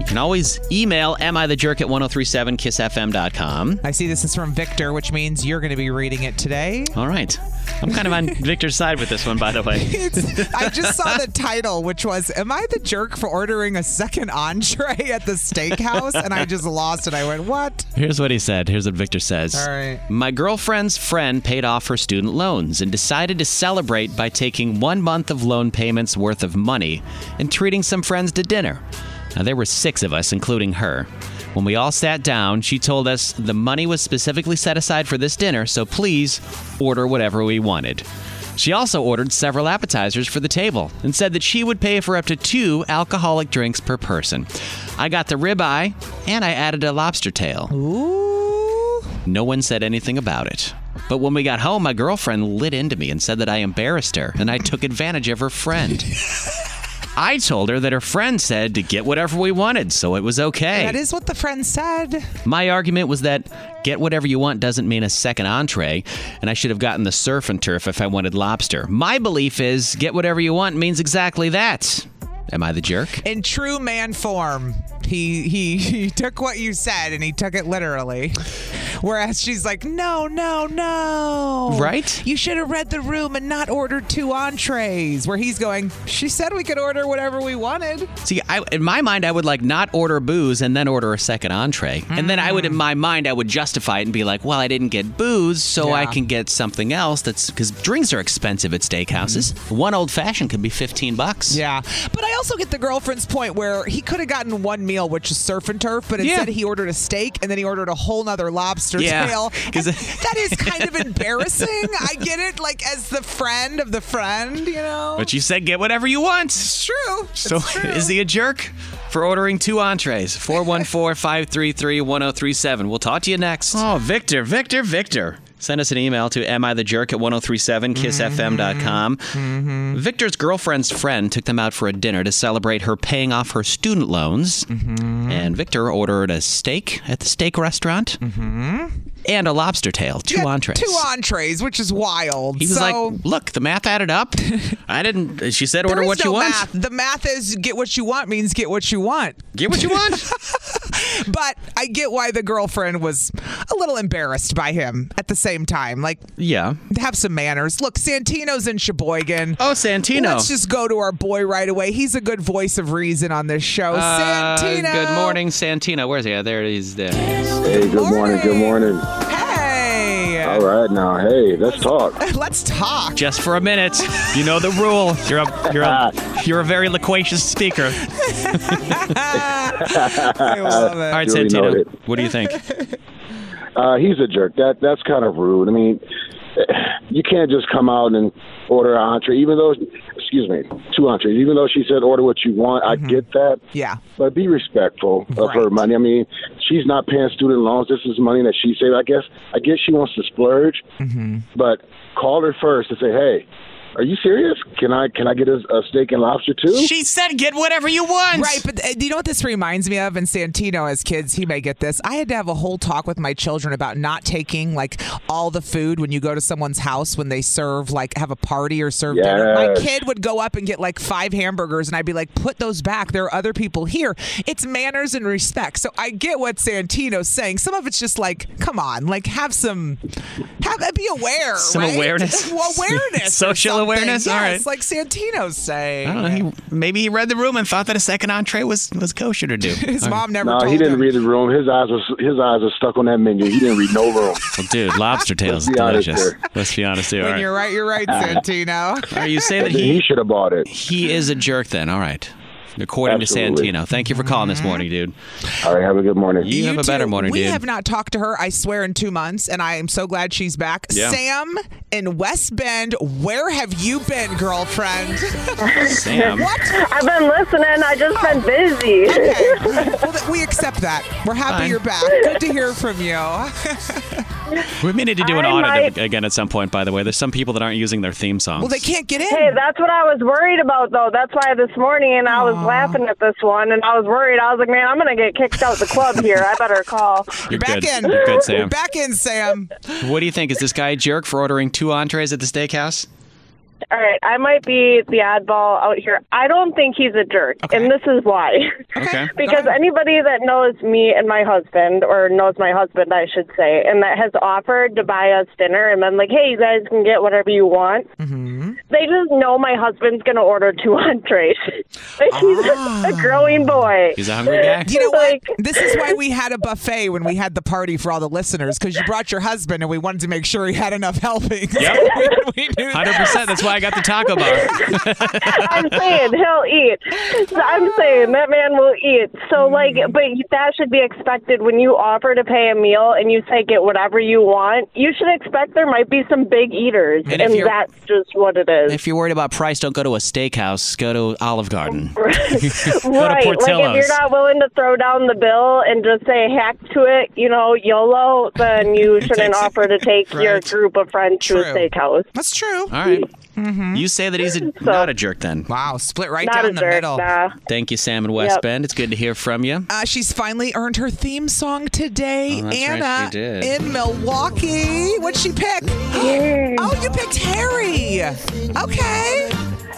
Speaker 3: You can always email am I the jerk at 1037kissfm.com.
Speaker 2: I see this is from Victor, which means you're going to be reading it today.
Speaker 3: All right. I'm kind of on Victor's side with this one, by the way.
Speaker 2: It's, I just saw the title, which was "Am I the jerk for ordering a second entree at the steakhouse?" And I just lost it. I went, "What?"
Speaker 3: Here's what he said. Here's what Victor says.
Speaker 2: All right.
Speaker 3: My girlfriend's friend paid off her student loans and decided to celebrate by taking one month of loan payments worth of money and treating some friends to dinner. Now, there were six of us, including her. When we all sat down, she told us the money was specifically set aside for this dinner, so please order whatever we wanted. She also ordered several appetizers for the table and said that she would pay for up to two alcoholic drinks per person. I got the ribeye and I added a lobster tail. Ooh. No one said anything about it. But when we got home, my girlfriend lit into me and said that I embarrassed her and I took advantage of her friend. I told her that her friend said to get whatever we wanted, so it was okay.
Speaker 2: That is what the friend said.
Speaker 3: My argument was that get whatever you want doesn't mean a second entree, and I should have gotten the surf and turf if I wanted lobster. My belief is get whatever you want means exactly that. Am I the jerk?
Speaker 2: In true man form, he, he he took what you said and he took it literally. Whereas she's like, no, no, no.
Speaker 3: Right?
Speaker 2: You should have read the room and not ordered two entrees. Where he's going, she said we could order whatever we wanted.
Speaker 3: See, I, in my mind, I would like not order booze and then order a second entree, and then I would, in
Speaker 2: Mm.
Speaker 3: my mind, I would justify it and be like, well, I didn't get booze, so I
Speaker 2: Yeah.
Speaker 3: can get something else. That's because drinks are expensive at steakhouses. One old fashioned could be fifteen bucks.
Speaker 2: Mm. Yeah, But I also get the girlfriend's point where he could have gotten one meal, which is surf and turf, but instead he ordered a steak and then he ordered a whole nother lobster
Speaker 3: Yeah,
Speaker 2: tail.
Speaker 3: 'cause
Speaker 2: And that is kind of embarrassing. I get it, like as the friend of the friend, you know?
Speaker 3: But you said get whatever you want.
Speaker 2: It's true.
Speaker 3: So is he a jerk for ordering two entrees? 414-533-1037. We'll talk to you next. Oh, Victor, Victor, Victor. Send us an email to am I the jerk at 1037kissfm.com. Victor's girlfriend's friend took them out for a dinner to celebrate her paying off her student loans. And Victor ordered a steak at the steak restaurant and a lobster tail, two entrees.
Speaker 2: Two entrees, which is wild.
Speaker 3: he was
Speaker 2: so
Speaker 3: like, "Look, the math added up. I didn't. She said order
Speaker 2: there is
Speaker 3: what
Speaker 2: no
Speaker 3: you want.
Speaker 2: math. The math is get what you want means get what you want.
Speaker 3: Get what you want.
Speaker 2: but I get why the girlfriend was a little embarrassed by him at the same time. Like,
Speaker 3: yeah.
Speaker 2: Have some manners. Look, Santino's in Sheboygan.
Speaker 3: Oh, Santino.
Speaker 2: Let's just go to our boy right away. He's a good voice of reason on this show.
Speaker 3: Uh,
Speaker 2: Santino.
Speaker 3: Good morning, Santino. Where's he? Yeah, there he is. There.
Speaker 8: Hey, good morning. Good morning.
Speaker 2: Hey.
Speaker 8: All right, now, hey, let's talk.
Speaker 2: Let's talk.
Speaker 3: Just for a minute. You know the rule. You're a you're a, you're a very loquacious speaker.
Speaker 8: I love it.
Speaker 3: All right,
Speaker 8: You already know
Speaker 3: Santino.
Speaker 8: it.
Speaker 3: What do you think?
Speaker 8: Uh, he's a jerk. That that's kind of rude. I mean, you can't just come out and order an entree, even though, excuse me, two entrees. Even though she said order what you want, I get that.
Speaker 2: Yeah.
Speaker 8: But be respectful of her money. I mean, she's not paying student loans. This is money that she saved. I guess I guess she wants to splurge, but call her first and say, hey. Are you serious? Can I can I get a, a steak and lobster too?
Speaker 3: She said get whatever you want.
Speaker 2: Right, but uh, you know what this reminds me of? And Santino, as kids, he may get this. I had to have a whole talk with my children about not taking like all the food when you go to someone's house when they serve, like have a party or serve dinner. My
Speaker 9: Yes.
Speaker 2: kid would go up and get like five hamburgers, and I'd be like, put those back. There are other people here. It's manners and respect. So I get what Santino's saying. Some of it's just like, come on, like have some, have uh, be aware.
Speaker 3: Some
Speaker 2: right?
Speaker 3: awareness. Social
Speaker 2: awareness. or something.
Speaker 3: awareness? All
Speaker 2: Yes,
Speaker 3: right.
Speaker 2: Like Santino's saying.
Speaker 3: I don't know. He, maybe he read the room and thought that a second entree was was kosher to do.
Speaker 2: His
Speaker 3: All right.
Speaker 2: mom never
Speaker 8: no,
Speaker 2: told
Speaker 8: he didn't
Speaker 2: him.
Speaker 8: read the room. His eyes was his eyes were stuck on that menu. He didn't read no room.
Speaker 3: Well, dude, lobster tails
Speaker 8: Let's be honest
Speaker 3: delicious.
Speaker 8: here.
Speaker 3: Let's be honest here.
Speaker 2: When
Speaker 3: All right.
Speaker 2: you're right, you're right, Santino.
Speaker 3: Are you saying that
Speaker 8: Then
Speaker 3: he,
Speaker 8: he should have bought it?
Speaker 3: He is a jerk then. All right. According
Speaker 8: Absolutely.
Speaker 3: to Santino. Thank you for calling this morning, dude.
Speaker 8: All right, have a good morning.
Speaker 3: You, have a better morning,
Speaker 2: we
Speaker 3: dude.
Speaker 2: have not talked to her, I swear, in two months, and I am so glad she's back.
Speaker 3: Yeah.
Speaker 2: Sam in West Bend, where have you been, girlfriend?
Speaker 3: Sam.
Speaker 2: what?
Speaker 9: I've been listening. I just been busy.
Speaker 2: Okay. Well, th- we accept that. We're happy
Speaker 3: Fine.
Speaker 2: you're back. Good to hear from you.
Speaker 3: We may need to do an
Speaker 9: I
Speaker 3: audit
Speaker 9: might-
Speaker 3: again at some point, by the way. There's some people that aren't using their theme songs.
Speaker 2: well, they can't get in.
Speaker 9: Hey, that's what I was worried about, though. That's why this morning and I was laughing at this one, and I was worried. I was like, man, I'm gonna get kicked out the club here. I better call.
Speaker 3: You're
Speaker 2: Back
Speaker 3: good.
Speaker 2: in.
Speaker 3: You're good, Sam.
Speaker 2: Back in, Sam.
Speaker 3: What do you think? Is this guy a jerk for ordering two entrees at the steakhouse?
Speaker 9: All right, I might be the oddball out here. I don't think he's a jerk, and this is why.
Speaker 3: Okay.
Speaker 9: Because anybody that knows me and my husband, or knows my husband, I should say, and that has offered to buy us dinner and been like, hey, you guys can get whatever you want, they just know my husband's going to order two entrees. like, he's a, growing boy.
Speaker 3: He's a hungry guy.
Speaker 2: You know what? This is why we had a buffet when we had the party for all the listeners because you brought your husband and we wanted to make sure he had enough helping. Yep. we knew that.
Speaker 3: 100%. That's why I got the taco bar.
Speaker 9: I'm saying he'll eat. So I'm saying that man will eat. So like, but that should be expected when you offer to pay a meal and you say get whatever you want. You should expect there might be some big eaters,
Speaker 3: And
Speaker 9: and,
Speaker 3: if you're-
Speaker 9: that's just what it it is.
Speaker 3: If you're worried about price, don't go to a steakhouse. Go to Olive Garden.
Speaker 9: right. Like if
Speaker 3: Portillo's.
Speaker 9: you're not willing to throw down the bill and just say hack to it, you know, YOLO, then you shouldn't offer to take your group of friends to a steakhouse.
Speaker 2: That's true. All
Speaker 3: right. You say that he's a, not a jerk then.
Speaker 2: Mm-hmm. Wow, split right
Speaker 9: Not a jerk, nah.
Speaker 3: Thank you, Sam and West
Speaker 2: Yep.
Speaker 3: Bend. It's good to hear from you.
Speaker 2: Uh, she's finally earned her theme song today,
Speaker 3: Oh, that's right,
Speaker 2: Anna,
Speaker 3: she did.
Speaker 2: in Milwaukee. What'd she pick? Oh, you picked Harry. Okay.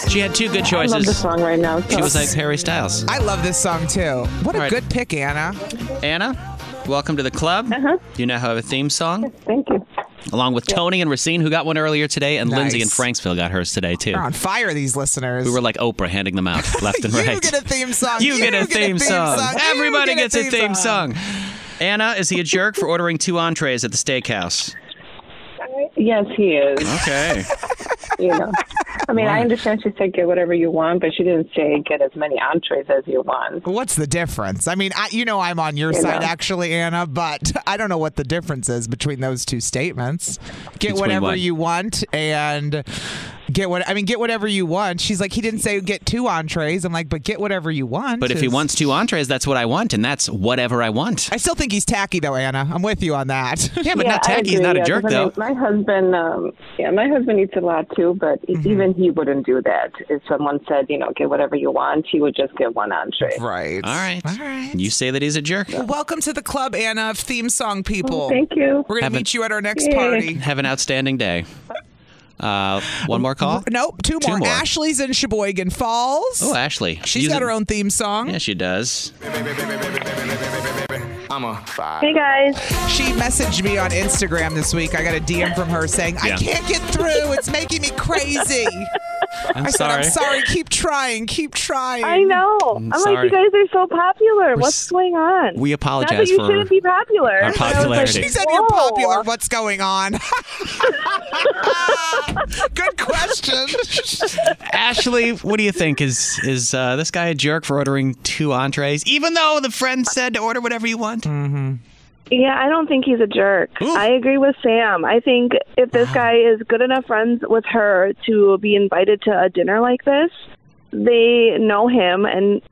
Speaker 3: She had two good choices.
Speaker 9: right now.
Speaker 3: She was like Harry Styles.
Speaker 2: I love this song too. What a
Speaker 3: All right.
Speaker 2: good pick, Anna.
Speaker 3: Anna, welcome to the club. You now have a theme song.
Speaker 9: Uh-huh. Thank you.
Speaker 3: Along with Tony and Racine, who got one earlier today, and Lindsay in
Speaker 2: Nice.
Speaker 3: Franksville got hers today, too.
Speaker 2: You're on fire, these listeners.
Speaker 3: We were like Oprah handing them out left and
Speaker 2: you
Speaker 3: right.
Speaker 2: get a theme song.
Speaker 3: You get a theme song.
Speaker 2: You
Speaker 3: Everybody
Speaker 2: get
Speaker 3: gets a theme song. Anna, is he a jerk for ordering two entrees at the steakhouse?
Speaker 10: Yes, he is.
Speaker 3: Okay.
Speaker 10: You know, I mean, I understand she said get whatever you want, but she didn't say get as many entrees as you want.
Speaker 2: What's the difference? I mean, I, you know, I'm on your
Speaker 10: You
Speaker 2: side
Speaker 10: know.
Speaker 2: actually, Anna, but I don't know what the difference is between those two statements. Get
Speaker 3: Between
Speaker 2: whatever
Speaker 3: what?
Speaker 2: you want and get what I mean, get whatever you want. She's like, he didn't say get two entrees. I'm like, but get whatever you want.
Speaker 3: But if he
Speaker 2: is-
Speaker 3: wants two entrees, that's what I want, and that's whatever I want.
Speaker 2: I still think he's tacky though, Anna. I'm with you on that.
Speaker 10: I agree, yeah, 'cause I mean, my husband, um, yeah, my husband eats a lot too, but e-
Speaker 2: Mm-hmm.
Speaker 10: even he wouldn't do that. If someone said, you know, get whatever you want, he would just get one entree.
Speaker 2: Right.
Speaker 3: All right. All right. You say that he's a jerk.
Speaker 2: Well, welcome to the club, Anna, of theme song people.
Speaker 10: Oh, thank you.
Speaker 2: We're gonna
Speaker 3: Have a-
Speaker 2: meet you at our next party.
Speaker 3: Have an outstanding day. Uh, one more call?
Speaker 2: Nope, two more.
Speaker 3: Two more.
Speaker 2: Ashley's in Sheboygan Falls.
Speaker 3: Oh, Ashley.
Speaker 2: She's got her own theme song.
Speaker 3: Yeah, she does.
Speaker 2: I'm a five.
Speaker 9: Hey guys.
Speaker 2: She messaged me on Instagram this week. I got a DM from her saying,
Speaker 3: Yeah.
Speaker 2: I can't get through. It's making me crazy.
Speaker 3: I'm
Speaker 2: I said,
Speaker 3: sorry.
Speaker 2: I'm sorry. Keep trying. Keep trying.
Speaker 9: I know. I'm, like,
Speaker 3: sorry.
Speaker 9: you guys are so popular.
Speaker 3: s-
Speaker 9: What's going on?
Speaker 3: we
Speaker 9: Not that
Speaker 3: apologize
Speaker 9: you
Speaker 3: for
Speaker 9: shouldn't be popular.
Speaker 3: our popularity.
Speaker 2: She said, You're popular. What's going on? Good question.
Speaker 3: Ashley, what do you think? Is is uh, this guy a jerk for ordering two entrees, even though the friend said to order whatever you want? Mm-hmm.
Speaker 9: Yeah, I don't think he's a jerk. I agree with Sam. I think if this guy is good enough friends with her to be invited to a dinner like this, they know him and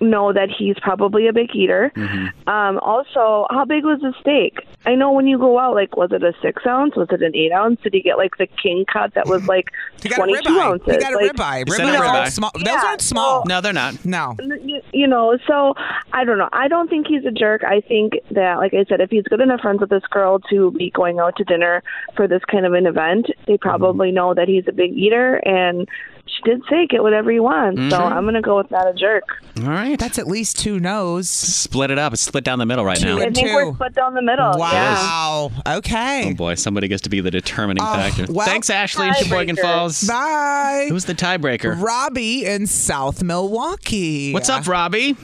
Speaker 9: know that he's probably a big eater.
Speaker 2: Mm-hmm.
Speaker 9: Um, also, how big was the steak? I know when you go out, like, was it a six ounce? Was it an eight ounce? Did he get like the king cut that was like twenty two ounces?
Speaker 2: You got a
Speaker 9: Like,
Speaker 2: ribeye.
Speaker 3: Is that a
Speaker 2: Ribeyes aren't
Speaker 3: ribeye?
Speaker 2: small. Those aren't small.
Speaker 3: No, they're not.
Speaker 2: No.
Speaker 9: you, you know, so I don't know. I don't think he's a jerk. I think that, like I said, if he's good enough friends with this girl to be going out to dinner for this kind of an event, they
Speaker 3: Mm-hmm.
Speaker 9: probably know that he's a big eater. And she did say, get whatever you want. So
Speaker 3: Mhm.
Speaker 9: I'm going to go with not a jerk.
Speaker 3: All right.
Speaker 2: That's at least two no's.
Speaker 3: Split it up. It's split down the middle right now.
Speaker 9: I think we're
Speaker 2: Two.
Speaker 9: split down the middle. Yeah.
Speaker 2: Wow. Okay.
Speaker 3: Oh boy, somebody gets to be the determining
Speaker 2: Oh,
Speaker 3: factor.
Speaker 2: well-
Speaker 3: Thanks, Ashley in Sheboygan
Speaker 2: Tiebreaker.
Speaker 3: Falls.
Speaker 2: Bye.
Speaker 3: Who's the tiebreaker?
Speaker 2: Robbie in South Milwaukee.
Speaker 3: What's up, Robbie?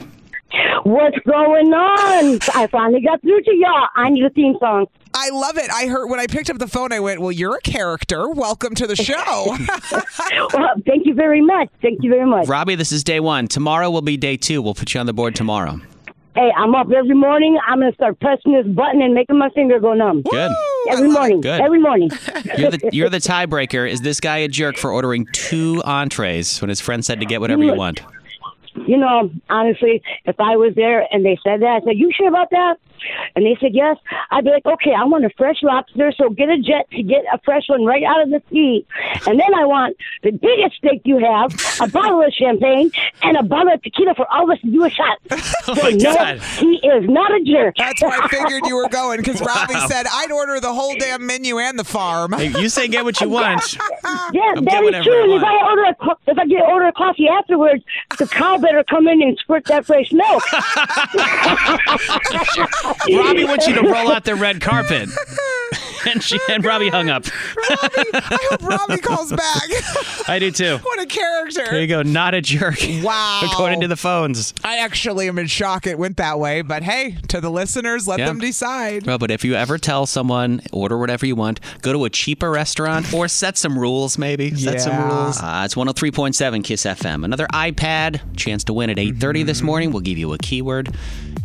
Speaker 11: What's going on? I finally got through to y'all. I need a theme song.
Speaker 2: I love it. I heard when I picked up the phone, I went, "Well, you're a character. Welcome to the show."
Speaker 11: Well, Uh, thank you very much. Thank you very much.
Speaker 3: Robbie, this is day one. Tomorrow will be day two. We'll put you on the board tomorrow.
Speaker 11: Hey, I'm up every morning. I'm gonna start pressing this button and making my finger go numb.
Speaker 3: Good.
Speaker 11: Every morning.
Speaker 3: Good.
Speaker 11: Every morning.
Speaker 3: You're the you're the tiebreaker. Is this guy a jerk for ordering two entrees when his friend said to get whatever you want?
Speaker 11: you know, honestly, if I was there and they said that, I said, "You sure about that?" And they said yes. I'd be like, "Okay, I want a fresh lobster, so get a jet to get a fresh one right out of the sea, and then I want the biggest steak you have, a bottle of champagne, and a bottle of tequila for all of us to do a shot."
Speaker 3: Oh
Speaker 11: Say, no,
Speaker 2: God.
Speaker 11: he is not a jerk.
Speaker 2: That's why I figured you were going because
Speaker 3: Wow.
Speaker 2: Robbie said I'd order the whole damn menu and the farm.
Speaker 3: Hey, you say get what you want.
Speaker 11: Yeah, that is
Speaker 3: I'm getting whatever I
Speaker 11: true. And if
Speaker 3: want.
Speaker 11: I order a co- if I get order a coffee afterwards, the cow better come in and squirt that fresh milk.
Speaker 3: Robbie wants you to roll out the red carpet. And she and Robbie hung up.
Speaker 2: I hope Robbie calls back.
Speaker 3: I do too.
Speaker 2: what a character.
Speaker 3: There you go. Not a jerk. Wow. According to the phones.
Speaker 2: I actually am in shock it went that way, but hey, to the listeners, let
Speaker 3: Yeah.
Speaker 2: them decide.
Speaker 3: Well, but if you ever tell someone, order whatever you want, go to a cheaper restaurant or set some rules, maybe. Set some
Speaker 2: Yeah.
Speaker 3: rules. Uh, it's 103.7 Kiss FM. Another iPad. Chance to win at 8.30
Speaker 2: Mm-hmm.
Speaker 3: this morning. We'll give you a keyword.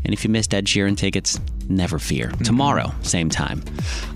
Speaker 3: And if you missed Ed Sheeran tickets, never fear.
Speaker 2: Mm-hmm.
Speaker 3: Tomorrow, same time.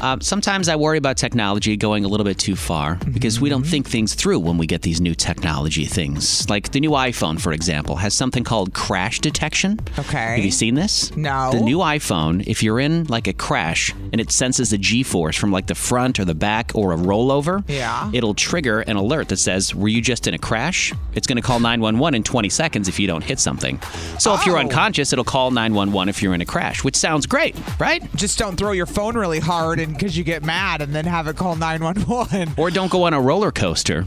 Speaker 3: Uh, sometimes I worry about technology going a little bit too far because we don't
Speaker 2: Mm-hmm.
Speaker 3: think things through when we get these new technology things. Like the new iPhone, for example, has something called crash detection.
Speaker 2: Okay.
Speaker 3: Have you seen this?
Speaker 2: No.
Speaker 3: The new iPhone, if you're in like a crash and it senses a G force from like the front or the back or a rollover,
Speaker 2: Yeah.
Speaker 3: it'll trigger an alert that says, Were you just in a crash? It's going to call 911 in 20 seconds if you don't hit something. So if you're unconscious, it'll call 911 if you're in a crash, which sounds great, right?
Speaker 2: Just don't throw your phone really hard and because you get mad and then have it call 911.
Speaker 3: Or don't go on a roller coaster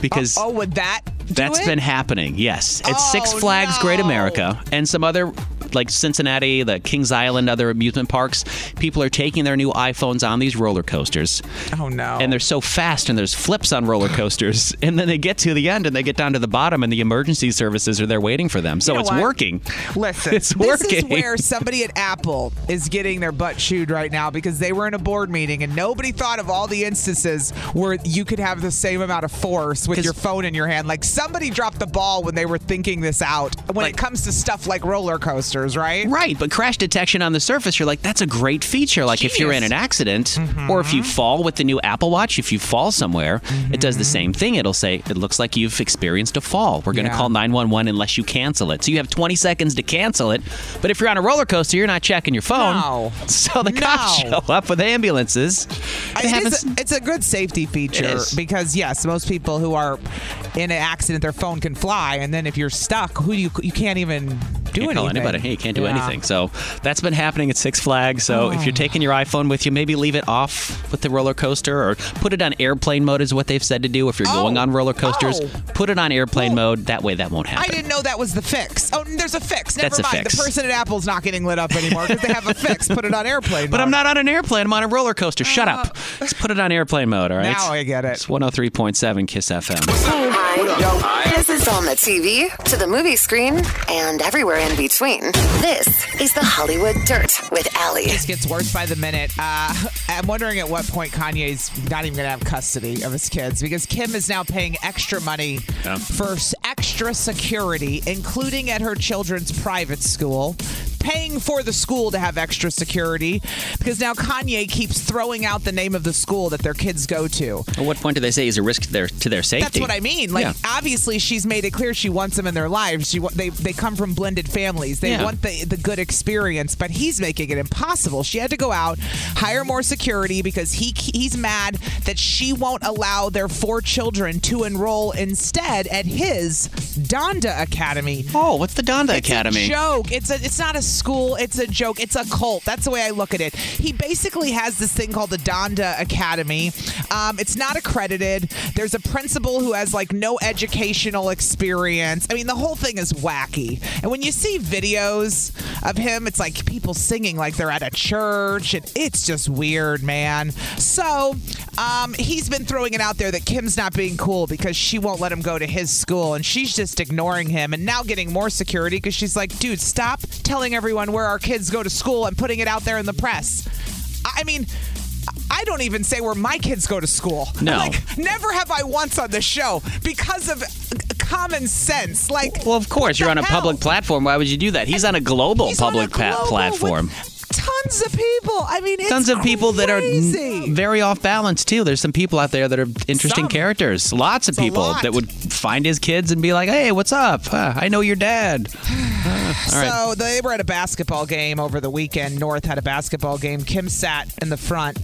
Speaker 3: because.
Speaker 2: Oh, would that do
Speaker 3: That's
Speaker 2: it?
Speaker 3: been happening. Yes, it's
Speaker 2: Oh,
Speaker 3: Six Flags Great America and some other like Cincinnati, the Kings Island, other amusement parks. People are taking their new iPhones on these roller coasters.
Speaker 2: Oh no!
Speaker 3: And they're so fast, and there's flips on roller coasters, and then they get to the end, and they get down to the bottom, and the emergency services are there waiting for them. So
Speaker 2: know
Speaker 3: it's
Speaker 2: what?
Speaker 3: working.
Speaker 2: Listen,
Speaker 3: it's
Speaker 2: this
Speaker 3: working.
Speaker 2: is where somebody at Apple is getting their butt chewed right now because they were in a board meeting and nobody thought of all the instances where you could have the same amount of force with your phone in your hand. Like somebody dropped the ball when they were thinking this out when it comes to stuff like roller coasters, right?
Speaker 3: Right, but crash detection on the surface, you're like, that's a great feature. Like if you're in an accident
Speaker 2: Mm-hmm.
Speaker 3: or if you fall with the new Apple Watch, if you fall somewhere, it does
Speaker 2: Mm-hmm.
Speaker 3: the same thing. It'll say, it looks like you've experienced a fall. We're going to
Speaker 12: Yeah.
Speaker 3: call 911 unless you cancel it. So you have 20 seconds to cancel it. But if you're on a roller coaster, you're not checking your phone. So the cops
Speaker 2: No.
Speaker 3: show up with ambulances.
Speaker 2: It is a, it's a good safety feature
Speaker 3: is.
Speaker 2: because yes, most people who are in an accident, their phone can fly, and then if you're stuck, who do you you can't even do
Speaker 3: can't
Speaker 2: anything.
Speaker 3: call anybody. Hey, you can't do
Speaker 2: Yeah. Oh.
Speaker 3: anything. So that's been happening at Six Flags. So if you're taking your iPhone with you, maybe leave it off with the roller coaster or put it on airplane mode is what they've said to do. If you're going on roller coasters,
Speaker 2: Oh.
Speaker 3: put it on airplane mode. That way that won't
Speaker 2: I
Speaker 3: happen.
Speaker 2: didn't know that was the fix. Oh, and there's a fix. Never
Speaker 3: That's a
Speaker 2: mind.
Speaker 3: fix.
Speaker 2: The person at Apple's not getting lit up anymore because they have a fix. Put it on airplane. Uh.
Speaker 3: But I'm not on an airplane. I'm on a roller coaster. Shut up. Just put it on airplane mode, all right?
Speaker 2: Now I get it.
Speaker 3: It's 103.7 KISS FM.
Speaker 1: This is on the TV, to the movie screen, and everywhere in between. This is the Hollywood Dirt with Allie.
Speaker 2: This gets worse by the minute. Uh, I'm wondering at what point Kanye's not even going to have custody of his kids because Kim is now paying extra money for s- extra security, including at her children's private school. Paying for the school to have extra security because now Kanye keeps throwing out the name of the school that their kids go to.
Speaker 3: At what point do they say is a risk to their, to their safety?
Speaker 2: That's what I mean. Like,
Speaker 3: Yeah.
Speaker 2: obviously, she's made it clear she wants them in their lives. She wa- they they come from blended families. They
Speaker 3: Yeah.
Speaker 2: want the the good experience, but he's making it impossible. She had to go out, hire more security because he he's mad that she won't allow their four children to enroll instead at his Donda Academy.
Speaker 3: Oh, what's the Donda
Speaker 2: It's
Speaker 3: Academy?
Speaker 2: a joke. It's a, it's not a school. It's a joke. It's a cult. That's the way I look at it. He basically has this thing called the Donda Academy. Um, it's not accredited. There's a principal who has like no educational experience. I mean, the whole thing is wacky. And when you see videos of him, it's like people singing like they're at a church, and it's just weird, man. So um, he's been throwing it out there that Kim's not being cool because she won't let him go to his school, and she's just ignoring him, and now getting more security because she's like, dude, stop telling everyone where our kids go to school and putting it out there in the press. I I mean. I don't even say where my kids go to school.
Speaker 3: No.
Speaker 2: Like, never have I once on this show because of uh, common sense. Like,
Speaker 3: Well, of course, you're on a public platform. Why would you do that? He's on a global public pa- platform.
Speaker 2: tons of people. I mean, it's
Speaker 3: Tons of people that are
Speaker 2: crazy.
Speaker 3: n- very off balance too. There's some people out there that are interesting characters. Lots of people
Speaker 2: lot.
Speaker 3: that would find his kids and be like, "Hey, what's up? Uh, I know your dad." Uh, all right.
Speaker 2: So they were at a basketball game over the weekend. North had a basketball game. Kim sat in the front,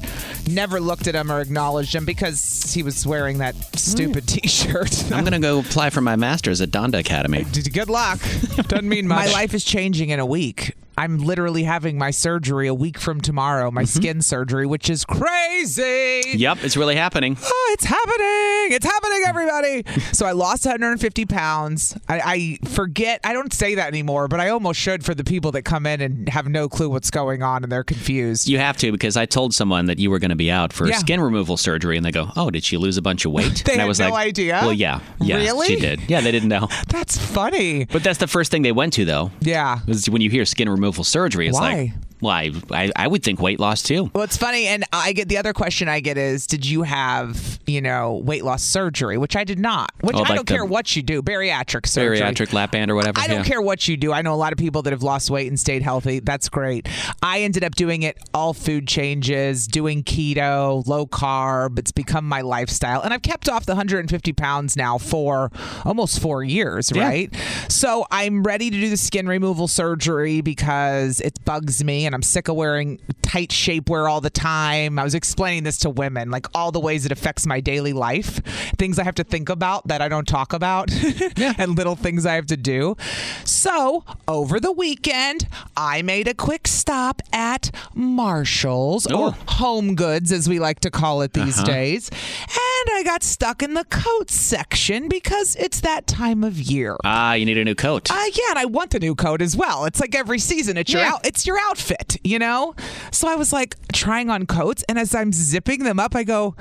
Speaker 2: never looked at him or acknowledged him because he was wearing that stupid T-shirt.
Speaker 3: I'm gonna go apply for my master's at Donda Academy.
Speaker 2: Good luck. Doesn't mean much. My life is changing in a week. I'm literally having my surgery a week from tomorrow, my skin surgery, which is crazy.
Speaker 3: Yep, it's really happening.
Speaker 2: Oh, it's happening. It's happening, everybody. so I lost 150 pounds. I, I forget. I don't say that anymore, but I almost should for the people that come in and have no clue what's going on and they're confused.
Speaker 3: You have to because I told someone that you were going to be out for
Speaker 2: Yeah.
Speaker 3: skin removal surgery, and they go, "Oh, did she lose a bunch of weight?"
Speaker 2: They
Speaker 3: and I
Speaker 2: had
Speaker 3: was
Speaker 2: no
Speaker 3: like,
Speaker 2: idea?
Speaker 3: Well, yeah, yeah,
Speaker 2: Really?
Speaker 3: she did. Yeah, they didn't know.
Speaker 2: That's funny.
Speaker 3: But that's the first thing they went to, though.
Speaker 2: Yeah.
Speaker 3: Is when you hear skin removal surgery, it's
Speaker 2: Why?
Speaker 3: like, why? I, I would think weight loss too.
Speaker 2: Well, it's funny, and I get the other question I get is, did you have you know weight loss surgery? Which I did not. Which
Speaker 3: Oh,
Speaker 2: I
Speaker 3: like
Speaker 2: don't
Speaker 3: the
Speaker 2: care what you do, bariatric surgery.
Speaker 3: Bariatric lap band or whatever.
Speaker 2: I don't
Speaker 3: yeah.
Speaker 2: care what you do. I know a lot of people that have lost weight and stayed healthy. That's great. I ended up doing it all food changes, doing keto, low carb. It's become my lifestyle. And I've kept off the 150 pounds now for almost four years,
Speaker 12: Yeah.
Speaker 2: right? So I'm ready to do the skin removal surgery because it bugs me and I'm sick of wearing tight shapewear all the time. I was explaining this to women, like all the ways it affects my daily life, things I have to think about that I don't talk about, and little things I have to do. So over the weekend, I made a quick stop at Marshall's or Home Goods, as we like to call it these
Speaker 12: Uh-huh.
Speaker 2: days. And I got stuck in the coat section because it's that time of year.
Speaker 3: Ah, you need a new coat.
Speaker 2: Uh, yeah, and I want the new coat as well. It's like every season, it's your
Speaker 3: Yeah.
Speaker 2: out, it's your outfit, you know. So I was like trying on coats, and as I'm zipping them up, I go,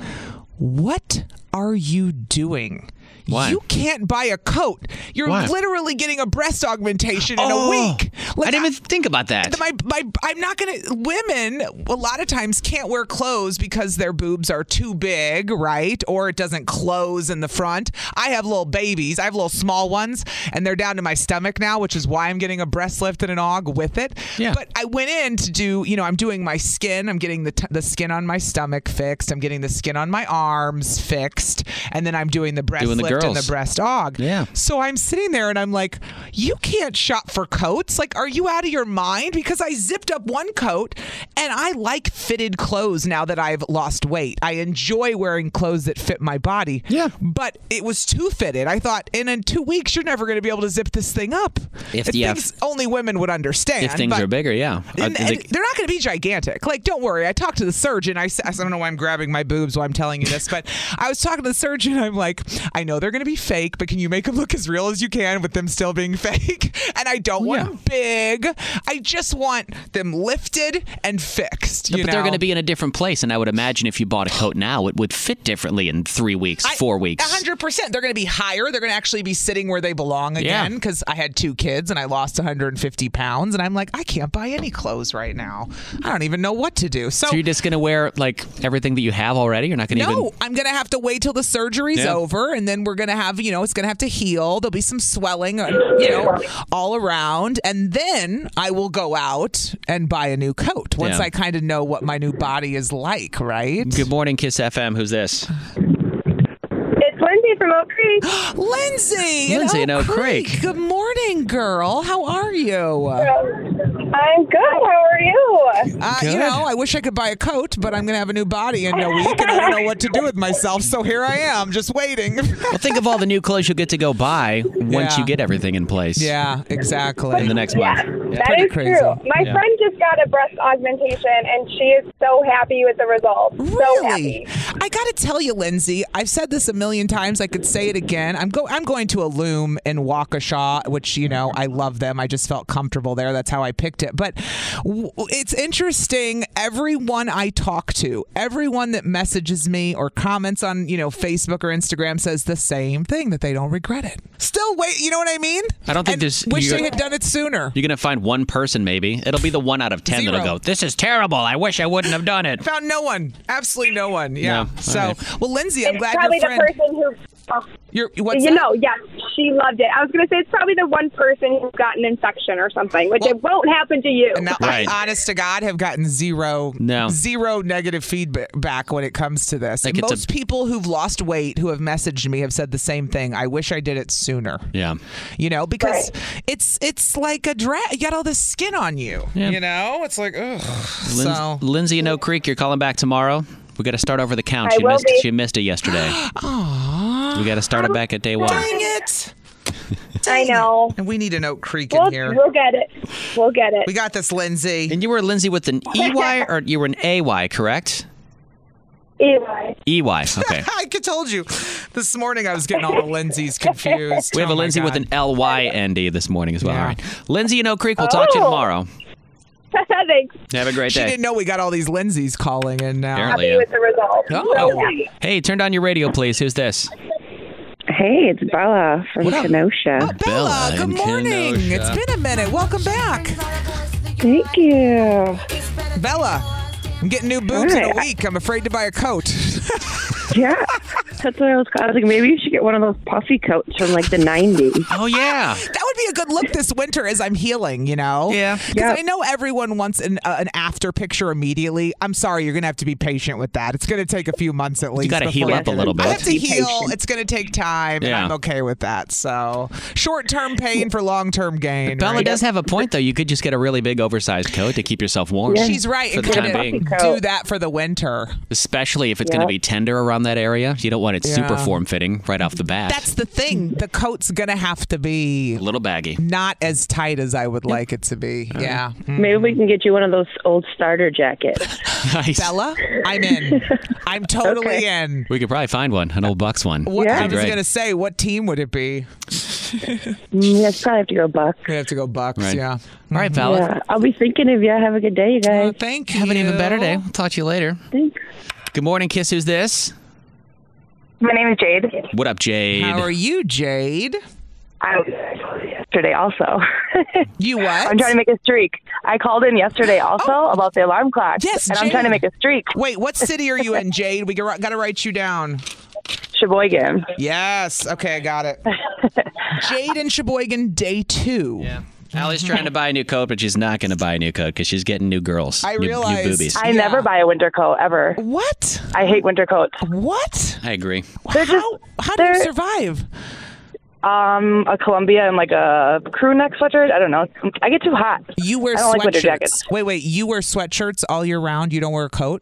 Speaker 2: "What are you doing?
Speaker 12: Why?
Speaker 2: You can't buy a coat. You're
Speaker 12: Why?
Speaker 2: literally getting a breast augmentation
Speaker 12: Oh,
Speaker 2: in a week.
Speaker 3: I didn't even think about that.
Speaker 2: My, my, I'm not gonna. Women a lot of times can't wear clothes because their boobs are too big, right? Or it doesn't close in the front. I have little babies. I have little small ones, and they're down to my stomach now, which is why I'm getting a breast lift and an aug with it. Yeah. But I went in to do. You know, I'm doing my skin. I'm getting the t- the skin on my stomach fixed. I'm getting the skin on my arms fixed, and then I'm doing the breast
Speaker 3: Doing the
Speaker 2: lift and
Speaker 3: girls.
Speaker 2: the breast aug. Yeah. So I'm sitting there and I'm like, you can't shop for coats. Like, are you out of your mind? Because I zipped up one coat and I like fitted clothes now that I've lost weight. I enjoy wearing clothes that fit my body. Yeah. But it was too fitted. I thought, and in two weeks, you're never going to be able to zip this thing up.
Speaker 3: If-
Speaker 2: It's
Speaker 3: yeah,
Speaker 2: things only women would understand.
Speaker 3: if things
Speaker 2: but-
Speaker 3: are bigger, yeah. Uh,
Speaker 2: and,
Speaker 3: the-
Speaker 2: and they're not going to be gigantic. Like, don't worry. I talked to the surgeon. I, s- I don't know why I'm grabbing my boobs while I'm telling you this, but I was talking to the surgeon. I'm like, I know they're going to be fake, but can you make them look as real as you can with them still being fake? And I
Speaker 3: Oh,
Speaker 2: don't want them big. I just want them lifted and fixed.
Speaker 3: No,
Speaker 2: you
Speaker 3: but they're
Speaker 2: know?
Speaker 3: going to be in a different place, and I would imagine if you bought a coat now, it would fit differently in three weeks, four
Speaker 2: A
Speaker 3: weeks.
Speaker 2: hundred percent. They're going to be higher. They're going to actually be sitting where they belong
Speaker 3: Yeah.
Speaker 2: again. Because I had two kids and I lost 150 pounds, and I'm like, I can't buy any clothes right now. I don't even know what to do. So,
Speaker 3: So you're just going to wear like everything that you have already. You're not going to
Speaker 2: no,
Speaker 3: even.
Speaker 2: I'm gonna have to wait till the surgery's
Speaker 3: Yeah.
Speaker 2: over, and then we're gonna have you know it's gonna have to heal. There'll be some swelling, uh, you know, all around, and then I will go out and buy a new coat once
Speaker 3: Yeah.
Speaker 2: I kind of know what my new body is like, right?
Speaker 3: Good morning, Kiss FM. Who's this?
Speaker 2: It's Lindsay from Oak Creek. Lindsay, in
Speaker 3: Lindsay oh, in Oak Creek.
Speaker 2: Good morning, girl. How are you?
Speaker 12: I'm good. How are you?
Speaker 2: Uh, You
Speaker 12: Good.
Speaker 2: know, I wish I could buy a coat, but I'm going to have a new body in a week, and I don't know what to do with myself. So here I am, just waiting.
Speaker 3: Well, think of all the new clothes you'll get to go buy once
Speaker 2: Yeah.
Speaker 3: you get everything in place.
Speaker 2: Yeah, exactly.
Speaker 3: In the next
Speaker 2: Yeah,
Speaker 3: month.
Speaker 2: Yeah.
Speaker 12: That
Speaker 2: Pretty
Speaker 12: is
Speaker 2: crazy.
Speaker 12: true. My
Speaker 3: Yeah.
Speaker 12: friend just got a breast augmentation, and she is so happy with the results. So happy.
Speaker 2: Really? I gotta tell you, Lindsay, I've said this a million times. I could say it again. I'm go I'm going to a loom in Waukesha, which you know I love them. I just felt comfortable there. That's how I picked it. But w- it's interesting. Everyone I talk to, everyone that messages me or comments on you know Facebook or Instagram says the same thing that they don't regret it. Still wait. You know what I mean?
Speaker 3: I don't think there's.
Speaker 2: Wish
Speaker 3: you're,
Speaker 2: they had done it sooner.
Speaker 3: you're going to find one person, maybe. It'll be the one out of 10 that that'll go, This is terrible. I wish I wouldn't have done it.
Speaker 2: Found no one. Absolutely no one. Yeah.
Speaker 3: No.
Speaker 2: So,
Speaker 3: All right.
Speaker 2: well, Lindsay, I'm
Speaker 12: It's
Speaker 2: glad
Speaker 12: probably
Speaker 2: your friend.
Speaker 12: the person who. oh.
Speaker 2: Your- what's
Speaker 12: you
Speaker 2: that?
Speaker 12: know, yeah, she loved it. I was going to say it's probably the one person who got an infection or something, which it won't happen to you.
Speaker 2: No, I, honest to God, have gotten zero, zero negative feedback when it comes to this.
Speaker 3: Like
Speaker 2: And
Speaker 3: it's a-
Speaker 2: most people who've lost weight who have messaged me have said the same thing. I wish I did it sooner.
Speaker 3: Yeah.
Speaker 2: You know, because it's it's like a drag. You got all this skin on you.
Speaker 3: Yeah.
Speaker 2: You know, it's like ugh.
Speaker 3: Lin-
Speaker 2: so
Speaker 3: Lindsay in Oak Creek, you're calling back tomorrow. We got to start over the count.
Speaker 2: I
Speaker 3: She
Speaker 2: will
Speaker 3: missed,
Speaker 2: be.
Speaker 3: she missed it yesterday. we got to start it back at day one.
Speaker 2: dang it.
Speaker 12: I know.
Speaker 2: And we need an Oak Creek
Speaker 12: We'll,
Speaker 2: in here.
Speaker 12: we'll get it. We'll get it.
Speaker 2: We got this, Lindsay.
Speaker 3: And you were Lindsay with an EY or you were an AY, correct?
Speaker 2: E
Speaker 12: EY.
Speaker 3: EY, okay.
Speaker 2: I could told you. This morning I was getting all the Lindsays confused.
Speaker 3: We have a
Speaker 2: Oh my
Speaker 3: Lindsay with
Speaker 2: God.
Speaker 3: an LY ND this morning as well. All right. Lindsay in Oak Creek, we'll talk to you
Speaker 2: Oh.
Speaker 3: tomorrow.
Speaker 12: Thanks.
Speaker 3: Have a great
Speaker 2: She
Speaker 3: day.
Speaker 2: didn't know we got all these Lindsays calling in now.
Speaker 3: Apparently, Happy yeah. with
Speaker 12: the result.
Speaker 3: Oh. Hey, turn down your radio, please. Who's this?
Speaker 13: Hey, it's Bella from Kenosha.
Speaker 3: Bella. Good morning.
Speaker 2: It's been a minute. Welcome back.
Speaker 13: Thank you.
Speaker 2: Bella, I'm getting new boots in a
Speaker 13: Hi.
Speaker 2: week. I'm afraid to buy a coat.
Speaker 13: Yeah, that's what I was. I was like, maybe you should get one of those puffy coats from like the '90s.
Speaker 3: Oh yeah,
Speaker 2: that would be a good look this winter as I'm healing, you know? Yeah. Because I know everyone wants an, uh, an after picture immediately. I'm sorry, you're going to have to be patient with that. It's going to take a few months at least.
Speaker 3: gotta heal
Speaker 2: before-
Speaker 3: up a little bit.
Speaker 2: I have to
Speaker 3: Be
Speaker 2: heal.
Speaker 3: patient.
Speaker 2: It's going to take time. and
Speaker 3: Yeah.
Speaker 2: I'm okay with that. So short term pain for long term gain.
Speaker 3: Bella
Speaker 2: right?
Speaker 3: does have a point, though. You could just get a really big, oversized coat to keep yourself warm.
Speaker 2: She's right.
Speaker 3: For
Speaker 2: And
Speaker 3: the time
Speaker 2: couldn't
Speaker 3: being.
Speaker 2: do that for the winter.
Speaker 3: Especially if it's going to
Speaker 2: Yeah.
Speaker 3: be tender around that area. You don't want it super
Speaker 2: Yeah.
Speaker 3: form fitting right off the bat.
Speaker 2: That's the thing. The coat's going to have to be a
Speaker 3: little baggy.
Speaker 2: Not as tight as I would like it to be. Yeah.
Speaker 13: Maybe we
Speaker 2: Hmm.
Speaker 13: can get you one of those old starter jackets.
Speaker 2: Bella, I'm in. I'm totally in.
Speaker 3: We could probably find one, an old Bucks one.
Speaker 2: What, I
Speaker 3: That'd be
Speaker 2: was
Speaker 3: great.
Speaker 2: going to say, what team would it be?
Speaker 13: Mm, Yeah, probably have to go Bucks.
Speaker 2: We have to go Bucks.
Speaker 3: Right.
Speaker 2: Yeah. Mm-hmm. All
Speaker 3: right, Bella.
Speaker 13: Yeah, I'll be thinking of you. Have a good day, you guys.
Speaker 2: Uh, thank
Speaker 3: Have an even better day. We'll talk to you later.
Speaker 13: Thanks.
Speaker 3: Good morning, Kiss. Who's this?
Speaker 14: My name is Jade.
Speaker 3: What up, Jade?
Speaker 2: How are you, Jade?
Speaker 14: I was yesterday also.
Speaker 2: you what? Oh.
Speaker 14: I'm trying to make a streak. I called in yesterday also about the alarm clock.
Speaker 2: Yes,
Speaker 14: and I'm trying to
Speaker 2: Jade.
Speaker 14: make a streak.
Speaker 2: Wait, what city are you in, Jade? We got to write you down.
Speaker 14: Sheboygan.
Speaker 2: Yes. Okay, I got it. Jade and Sheboygan, day two. Yeah.
Speaker 3: Allie's trying to buy a new coat, but she's not going to buy a new coat because she's getting new girls.
Speaker 14: I
Speaker 3: new,
Speaker 14: realize-
Speaker 3: New boobies.
Speaker 14: I never buy a winter coat ever.
Speaker 2: What?
Speaker 14: I hate winter coats.
Speaker 2: What?
Speaker 3: I agree.
Speaker 14: They're just,
Speaker 2: how do you survive?
Speaker 14: Um, a Columbia and like a crew neck sweater. I don't know. I get too hot.
Speaker 2: You wear
Speaker 14: I don't
Speaker 2: sweatshirts.
Speaker 14: like winter jackets.
Speaker 2: Wait, wait. You wear sweatshirts all year round? You don't wear a coat?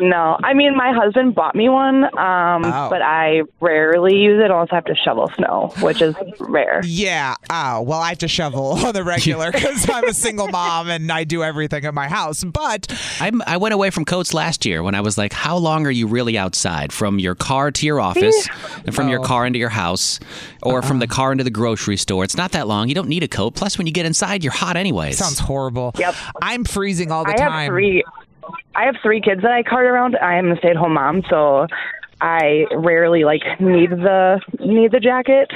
Speaker 14: No, I mean my husband bought me one, um,
Speaker 2: Oh.
Speaker 14: but I rarely use it. I also have to shovel snow, which is rare.
Speaker 2: Yeah. Oh, well, I have to shovel on the regular because I'm a single mom and I do everything in my house. But
Speaker 3: I'm, I went away from coats last year when I was like, how long are you really outside? From your car to your office, and from
Speaker 2: Oh.
Speaker 3: your car into your house, or from the
Speaker 2: Uh-uh.
Speaker 3: car into the grocery store. It's not that long. You don't need a coat. Plus, when you get inside, you're hot anyways.
Speaker 2: sounds horrible. Yep. I'm freezing all the
Speaker 14: I
Speaker 2: time.
Speaker 14: have three. I have three kids that I cart around. I am a stay-at-home mom, so I rarely like need the need the jacket.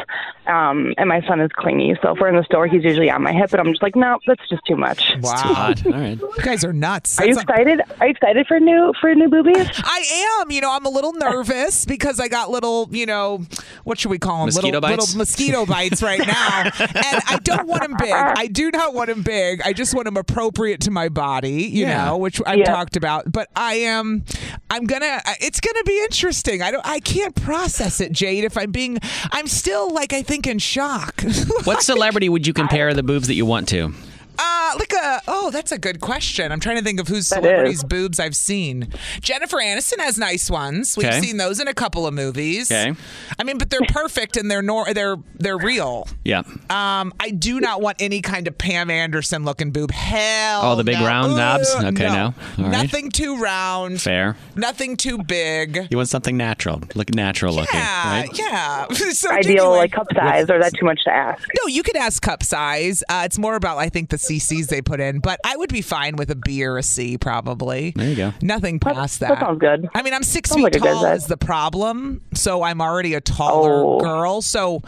Speaker 14: Um, and my son is clingy, so if we're in the store, he's usually on my hip, and I'm just like, no, that's just too much.
Speaker 2: Wow.
Speaker 3: All right.
Speaker 2: You guys are nuts.
Speaker 14: Are you
Speaker 2: That's a-
Speaker 14: excited? Are you excited for new for new boobies?
Speaker 2: I am. You know, I'm a little nervous because I got little, you know, what should we call them?
Speaker 3: Mosquito
Speaker 2: little,
Speaker 3: bites?
Speaker 2: little mosquito bites right now. and I don't want them big. I do not want them big. I just want them appropriate to my body, you
Speaker 3: Yeah.
Speaker 2: know, which I've talked about. But I am, I'm going to, it's going to be interesting. I don't, I can't process it, Jade, if I'm being, I'm still like, I think in shock.
Speaker 3: What celebrity would you compare the boobs that you want to?
Speaker 2: Uh, like a oh, that's a good question. I'm trying to think of whose celebrities' boobs I've seen. Jennifer Aniston has nice ones. We've
Speaker 3: Okay.
Speaker 2: seen those in a couple of movies.
Speaker 3: Okay.
Speaker 2: I mean, but they're perfect and they're nor- they're they're real.
Speaker 3: Yeah.
Speaker 2: Um, I do not want any kind of Pam Anderson looking boob. Hell,
Speaker 3: All the big
Speaker 2: no.
Speaker 3: round
Speaker 2: Ugh,
Speaker 3: knobs? Okay, no. All right.
Speaker 2: nothing too round,
Speaker 3: Fair.
Speaker 2: nothing too big.
Speaker 3: You want something natural, look natural looking,
Speaker 2: Yeah,
Speaker 3: right?
Speaker 2: yeah. so
Speaker 14: Ideal
Speaker 2: anyway-
Speaker 14: like cup size, or is that too much to ask?
Speaker 2: no, you could ask cup size. Uh, it's more about I think the CCs they put in, but I would be fine with a B or a C probably. There
Speaker 3: you go.
Speaker 2: Nothing past that.
Speaker 14: that sounds good.
Speaker 2: I mean, I'm six
Speaker 14: Sounds
Speaker 2: feet
Speaker 14: like a good
Speaker 2: tall
Speaker 14: size.
Speaker 2: is the problem, so I'm already a taller
Speaker 14: Oh.
Speaker 2: girl. So,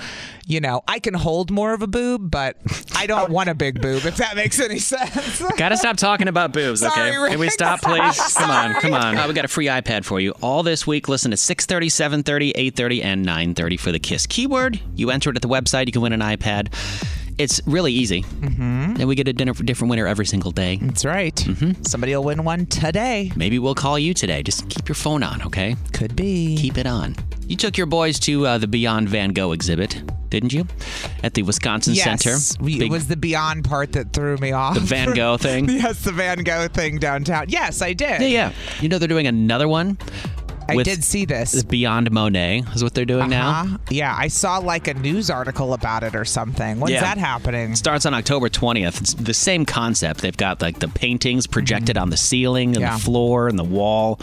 Speaker 2: you know, I can hold more of a boob, but I don't want a big boob. If that makes any sense.
Speaker 3: Gotta stop talking about boobs,
Speaker 2: Sorry,
Speaker 3: okay? Can we
Speaker 2: Rick.
Speaker 3: stop, please? Come on, come on. Uh, we got a free iPad for you all this week. Listen to 6.30, 7.30, 8.30, and 9.30 for the KISS keyword. You enter it at the website. You can win an iPad. It's really easy. Mm-hmm. And we get a dinner, different winner every single day.
Speaker 2: Hmm.
Speaker 3: Mm-hmm.
Speaker 2: That's right. Somebody will win one today.
Speaker 3: Maybe we'll call you today. Just keep your phone on, okay?
Speaker 2: Could be.
Speaker 3: Keep it on. You took your boys to uh, the Beyond Van Gogh exhibit, didn't you? At the Wisconsin Center.
Speaker 2: Yes, we- it
Speaker 3: Big-
Speaker 2: was the Beyond part that threw me off.
Speaker 3: The Van Gogh thing?
Speaker 2: yes, the Van Gogh thing downtown. Yes, I did.
Speaker 3: Yeah, yeah. You know they're doing another one
Speaker 2: I
Speaker 3: with
Speaker 2: did see this. Uh-huh.
Speaker 3: Beyond Monet is what they're doing now.
Speaker 2: Yeah, I saw like a news article about it or something. When's
Speaker 3: Yeah.
Speaker 2: that happening?
Speaker 3: Starts on October 20th. It's the same concept. They've got like the paintings projected on the ceiling and
Speaker 2: Mm-hmm. Yeah.
Speaker 3: the floor and the wall.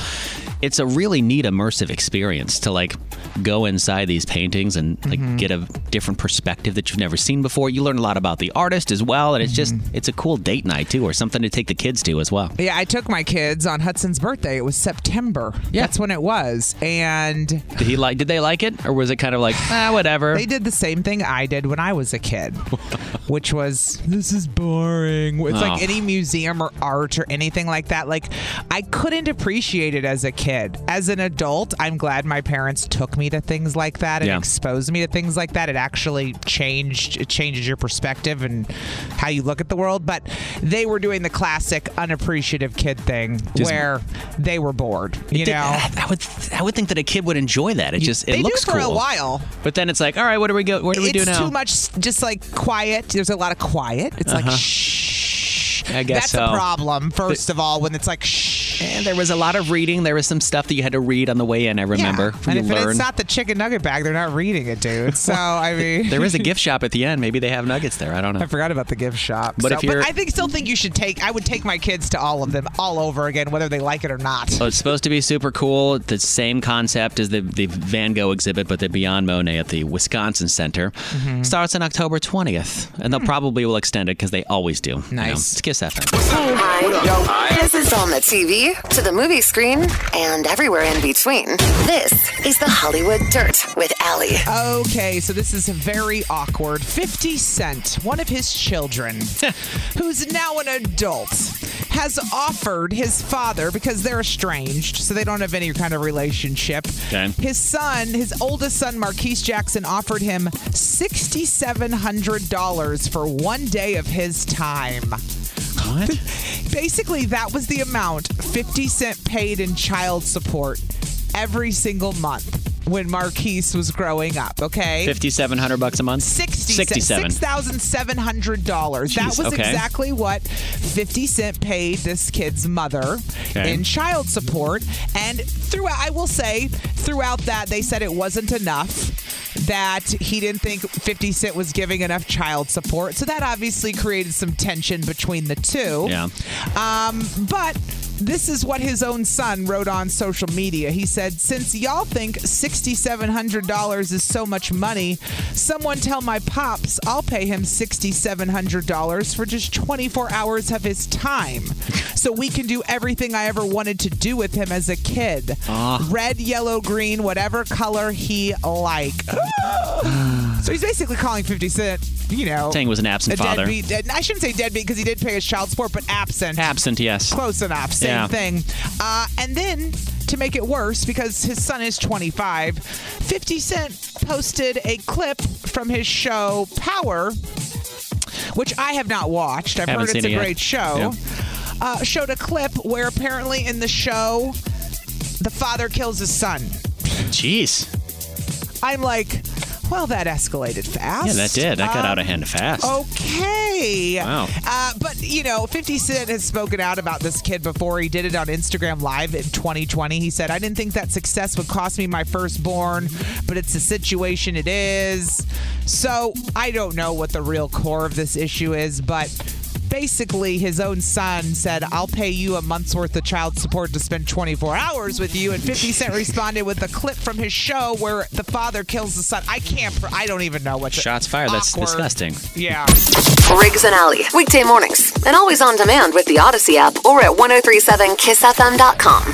Speaker 3: It's a really neat immersive experience to like go inside these paintings and like
Speaker 2: Mhm.
Speaker 3: get a different perspective that you've never seen before. You learn a lot about the artist as well, and it's just
Speaker 2: Mm-hmm.
Speaker 3: it's a cool date night too, or something to take the kids to as well.
Speaker 2: Yeah, I took my kids on Hudson's birthday. It was September. Yeah. That's when it was. And
Speaker 3: Did he like? Did they like it, or was it kind of like
Speaker 2: Uh,
Speaker 3: ah, whatever?
Speaker 2: They did the same thing I did when I was a kid, which was this is boring. It's like
Speaker 3: Oh.
Speaker 2: any museum or art or anything like that. Like I couldn't appreciate it as a kid. As an adult, I'm glad my parents took me to things like that and
Speaker 3: Yeah.
Speaker 2: exposed me to things like that. It actually changed it changes your perspective and how you look at the world, but they were doing the classic unappreciative kid thing
Speaker 3: Just-
Speaker 2: where they were bored, you
Speaker 3: Did-
Speaker 2: know.
Speaker 3: I would I would think that a kid would enjoy that. It just it
Speaker 2: they do
Speaker 3: looks
Speaker 2: for a
Speaker 3: cool.
Speaker 2: while.
Speaker 3: but then it's like, all right, what do we go? What do we do
Speaker 2: it's
Speaker 3: now?
Speaker 2: too much, s- just like quiet. There's a lot of quiet. It's like
Speaker 3: Uh-huh.
Speaker 2: shh.
Speaker 3: I guess so.
Speaker 2: that's a problem. First of all, when it's like shh.
Speaker 3: And there was a lot of reading. There was some stuff that you had to read on the way in. I remember.
Speaker 2: and
Speaker 3: you
Speaker 2: if
Speaker 3: learn.
Speaker 2: it's not the chicken nugget bag, they're not reading it, dude. So I mean,
Speaker 3: there is a gift shop at the end. Maybe they have nuggets there. I don't know.
Speaker 2: I forgot about the gift shop.
Speaker 3: But
Speaker 2: So-
Speaker 3: if you're,
Speaker 2: I think still think you should take. I would take my kids to all of them, all over again, whether they like it or not.
Speaker 3: so Oh, it's supposed to be super cool. The same concept as the the Van Gogh exhibit, but the Beyond Monet at the Wisconsin Center starts on October 20th, and they'll
Speaker 2: Hmm.
Speaker 3: probably will extend it because they always do. Nice. It's Kiss FM.
Speaker 1: Hi. This is on the TV, to the movie screen, and everywhere in between. This is the Hollywood Dirt with Allie.
Speaker 2: Okay, so this is very awkward. 50 Cent, one of his children, who's now an adult, has offered his father, because they're estranged, so they don't have any kind of relationship.
Speaker 3: Okay.
Speaker 2: His son, his oldest son, Marquise Jackson, offered him $6,700 for one day of his time.
Speaker 3: What?
Speaker 2: Basically, that was the amount 50 Cent paid in child support every single month when Marquise was growing up, okay?
Speaker 3: Fifty-seven hundred bucks a month.
Speaker 2: 60
Speaker 3: Sixty-seven.
Speaker 2: $6,700. that
Speaker 3: Jeez,
Speaker 2: was
Speaker 3: okay.
Speaker 2: exactly what 50 Cent paid this kid's mother
Speaker 3: Okay.
Speaker 2: in child support. And throughout, I will say, throughout that, they said it wasn't enough. That he didn't think 50 Cent was giving enough child support. So that obviously created some tension between the two.
Speaker 3: Yeah.
Speaker 2: Um, but this is what his own son wrote on social media. He said, Since y'all think $6,700 is so much money, someone tell my pops I'll pay him $6,700 for just 24 hours of his time so we can do everything I ever wanted to do with him as a kid
Speaker 3: Ah.
Speaker 2: red, yellow, green, whatever color he like. so he's basically calling 50 Cent, you know.
Speaker 3: Saying he was an absent
Speaker 2: a
Speaker 3: father.
Speaker 2: deadbeat- dead- I shouldn't say deadbeat because he did pay his child support, but absent.
Speaker 3: Absent. Yes.
Speaker 2: Close enough. Same
Speaker 3: Yeah.
Speaker 2: thing. Uh, and then to make it worse, because his son is 25, 50 Cent posted a clip from his show Power, which I have not watched. I've
Speaker 3: Haven't
Speaker 2: heard
Speaker 3: seen
Speaker 2: it's a
Speaker 3: it yet.
Speaker 2: great show. Uh, showed a clip where apparently in the show, the father kills his son.
Speaker 3: Jeez.
Speaker 2: I'm like, well, that escalated fast.
Speaker 3: Yeah, that did.
Speaker 2: Uh,
Speaker 3: That got out of hand fast.
Speaker 2: Okay.
Speaker 3: Wow.
Speaker 2: Uh, but, you know, 50 Cent has spoken out about this kid before. He did it on Instagram Live in 2020. He said, I didn't think that success would cost me my firstborn, but it's the situation it is. So I don't know what the real core of this issue is, but. Basically, his own son said, I'll pay you a month's worth of child support to spend 24 hours with you. And 50 Cent responded with a clip from his show where the father kills the son. I can't, pr- I don't even know what the-
Speaker 3: Shots fired. That's
Speaker 2: Awkward.
Speaker 3: disgusting.
Speaker 2: Yeah.
Speaker 1: Riggs and Alley, weekday mornings, and always on demand with the Odyssey app or at 1037kissfm.com.